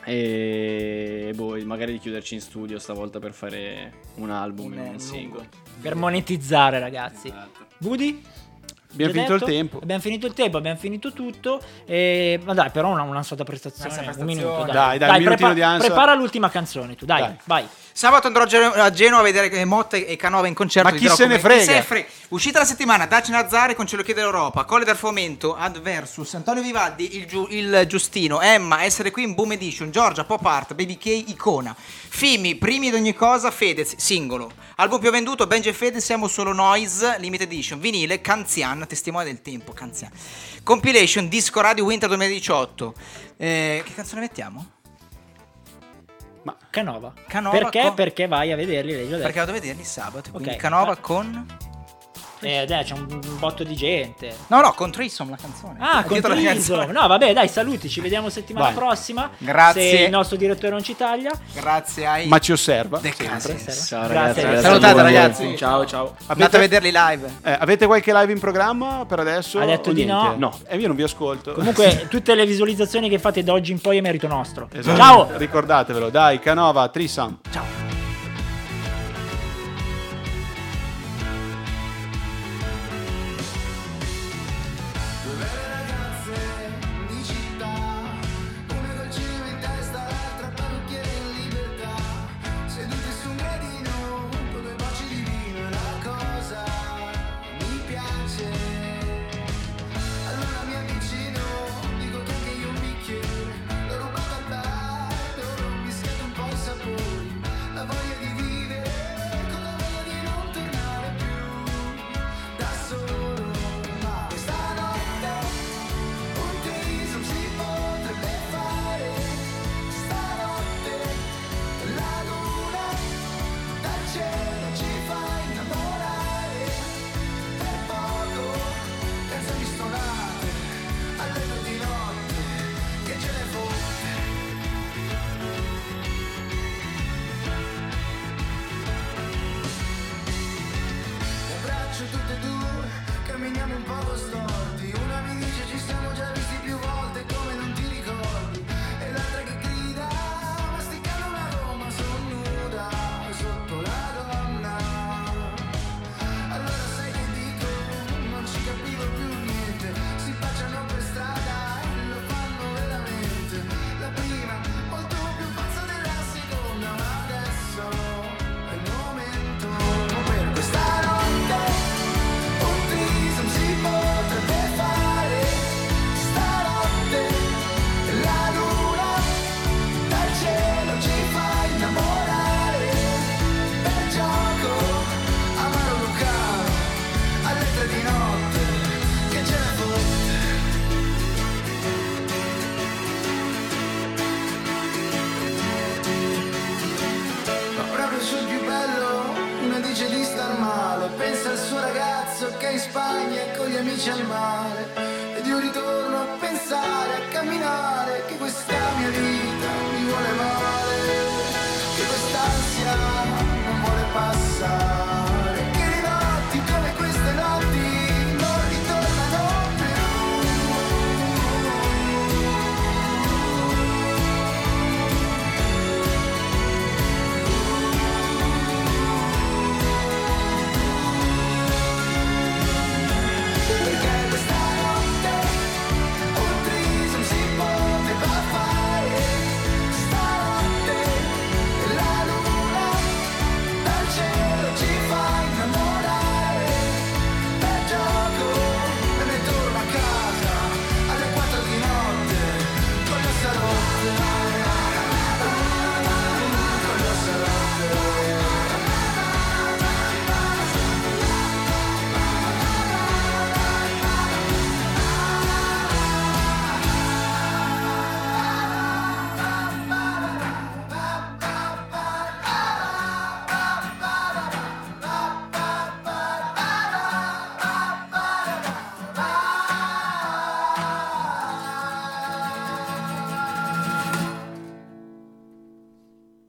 M: e boh, magari di chiuderci in studio stavolta per fare un album e un singolo.
I: Per monetizzare, ragazzi. Woody?
J: Abbiamo
I: Già
J: finito il
I: detto?
J: tempo.
I: Abbiamo finito il tempo, abbiamo finito tutto. E... Ma dai, però una, una sola prestazione.
H: Una sola
I: un
H: prestazione.
I: minuto. Dai,
J: Dai, dai, un minutino di ansia.
I: Prepara l'ultima canzone, tu, dai, vai.
H: Sabato andrò a Geno- a Genova a vedere eh, Motta e Canova in concerto.
I: Ma
H: vi
I: chi
H: dirò
I: se ne
H: come-
I: frega?
H: Chi se ne frega? Uscita la settimana, Daci Nazzare con Ce lo chiede l'Europa, Colle del Fomento, Ad Versus, Antonio Vivaldi, il, Giu- il Giustino, Emma, Essere qui in Boom Edition, Giorgia, Pop Art, Baby K, Icona, Fimi, Primi di ogni cosa, Fedez, singolo. Album più venduto, Benji e Fedez, Siamo solo Noise, Limited Edition, vinile, Canzian, testimone del tempo, Canzian. Compilation, Disco Radio Winter 2018. Eh, che canzone mettiamo?
I: Canova.
H: Canova
I: Perché?
H: con-
I: Perché vai a vederli, lei già detto.
H: Perché vado a vederli sabato,
I: Ok.
H: quindi Canova con...
I: Eh, dai, c'è un un botto di gente.
H: No, no, con Trisom la canzone.
I: Ah,
H: È
I: con
H: dietro la
I: Triso.
H: canzone.
I: No, vabbè, dai, saluti, ci vediamo settimana
H: Vai.
I: prossima.
H: Grazie.
I: Se il nostro direttore non ci taglia.
H: Grazie ai
J: Ma ci osserva.
H: De
J: sempre.
H: Cases.
M: Ciao,
J: ragazzi,
H: Grazie.
J: grazie a
H: Salutate
J: voi.
H: ragazzi.
N: Ciao, ciao.
H: Andate a vederli live.
J: Eh, avete qualche live in programma per adesso?
I: Ha detto
J: o
I: di
J: niente?
I: no.
J: No, e io non vi ascolto.
I: Comunque, tutte le visualizzazioni che fate da oggi in poi è merito nostro.
J: Esatto.
I: Ciao.
J: Ricordatevelo, dai, Canova, Trisam.
U: di città, come dolcino in testa, l'altra parrucchiere in libertà, seduti camminiamo un poco storti Una mi dice ci siamo già visti più volte come non ti ricordi E l'altra che grida masticando una Roma Sono nuda sotto la donna Allora sai che dico non ci capivo più niente Si baciano per strada e lo fanno veramente La prima molto più pazza della seconda Ma adesso è il momento per questa notte un threesome si potrebbe fare Stanotte la luna dal cielo ci fa innamorare Per gioco a Maro Luca alle tre di notte che ce la fosse Proprio sul più bello, una dice di star male, pensa al suo ragazzo che è in Spagna e con gli amici al mare. Ed io ritorno a pensare, a camminare, che questa mia vita mi vuole male, che quest'ansia non vuole passare. Che le notti come queste notti non ritornano più. Perché questa notte un threesome si poteva fare Stanotte la luna dal cielo ci fa innamorare Per gioco me ne torno a casa alle quattro di notte Con la salotto Con la salotto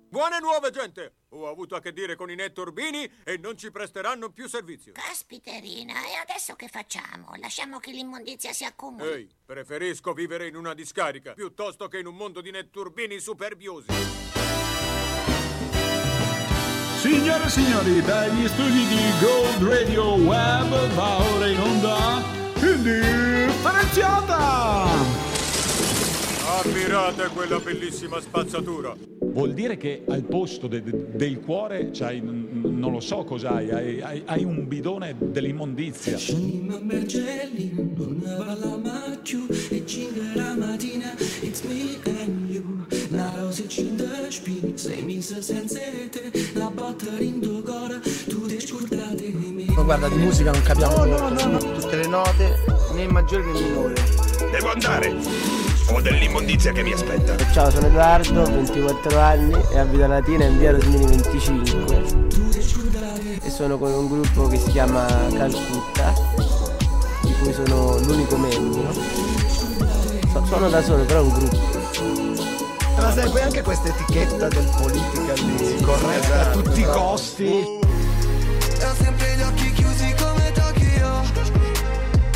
A: Buone nuove, gente! Ho avuto a che dire con i netturbini e non ci presteranno più servizio.
B: Caspiterina, e adesso che facciamo? Lasciamo che l'immondizia si accumuli?
A: Ehi, preferisco vivere in una discarica piuttosto che in un mondo di netturbini superbiosi.
C: Signore e signori, dagli studi di Gold Radio Web va ora in onda Indifferenziata!
A: Ammirate quella bellissima spazzatura.
C: Vuol dire che al posto de- de- del cuore c'hai, n- non lo so cos'hai, hai, hai- hai un bidone dell'immondizia.
U: Marcelli non va la macchio e cinque la mattina it's me and you la rosa ci indespi sei messa senza te la battere in tuo cuore tu ti scordate di me
E: Ma Oh, guarda, di musica non capiamo no, no, no, tutte le note, né maggiore né minore.
F: Devo andare. Ho dell'immondizia che mi aspetta.
E: Ciao, sono Edoardo, 24 anni e abito a Latina in via Rosmini 25. E sono con un gruppo che si chiama Calcutta, di cui sono l'unico membro. So- sono da solo, però è un gruppo.
G: Ma sai, poi anche questa etichetta del politica lì, corretta a
O: Esatto.
G: tutti i costi.
D: E ho sempre gli occhi chiusi come Tokyo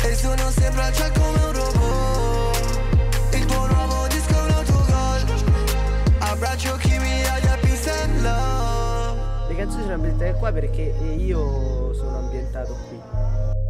D: E sono sempre al cielo come un robot Il tuo nuovo disco è un autogol Abbraccio chi mi odia più se love
E: Le canzoni sono ambientate qua perché io sono ambientato qui.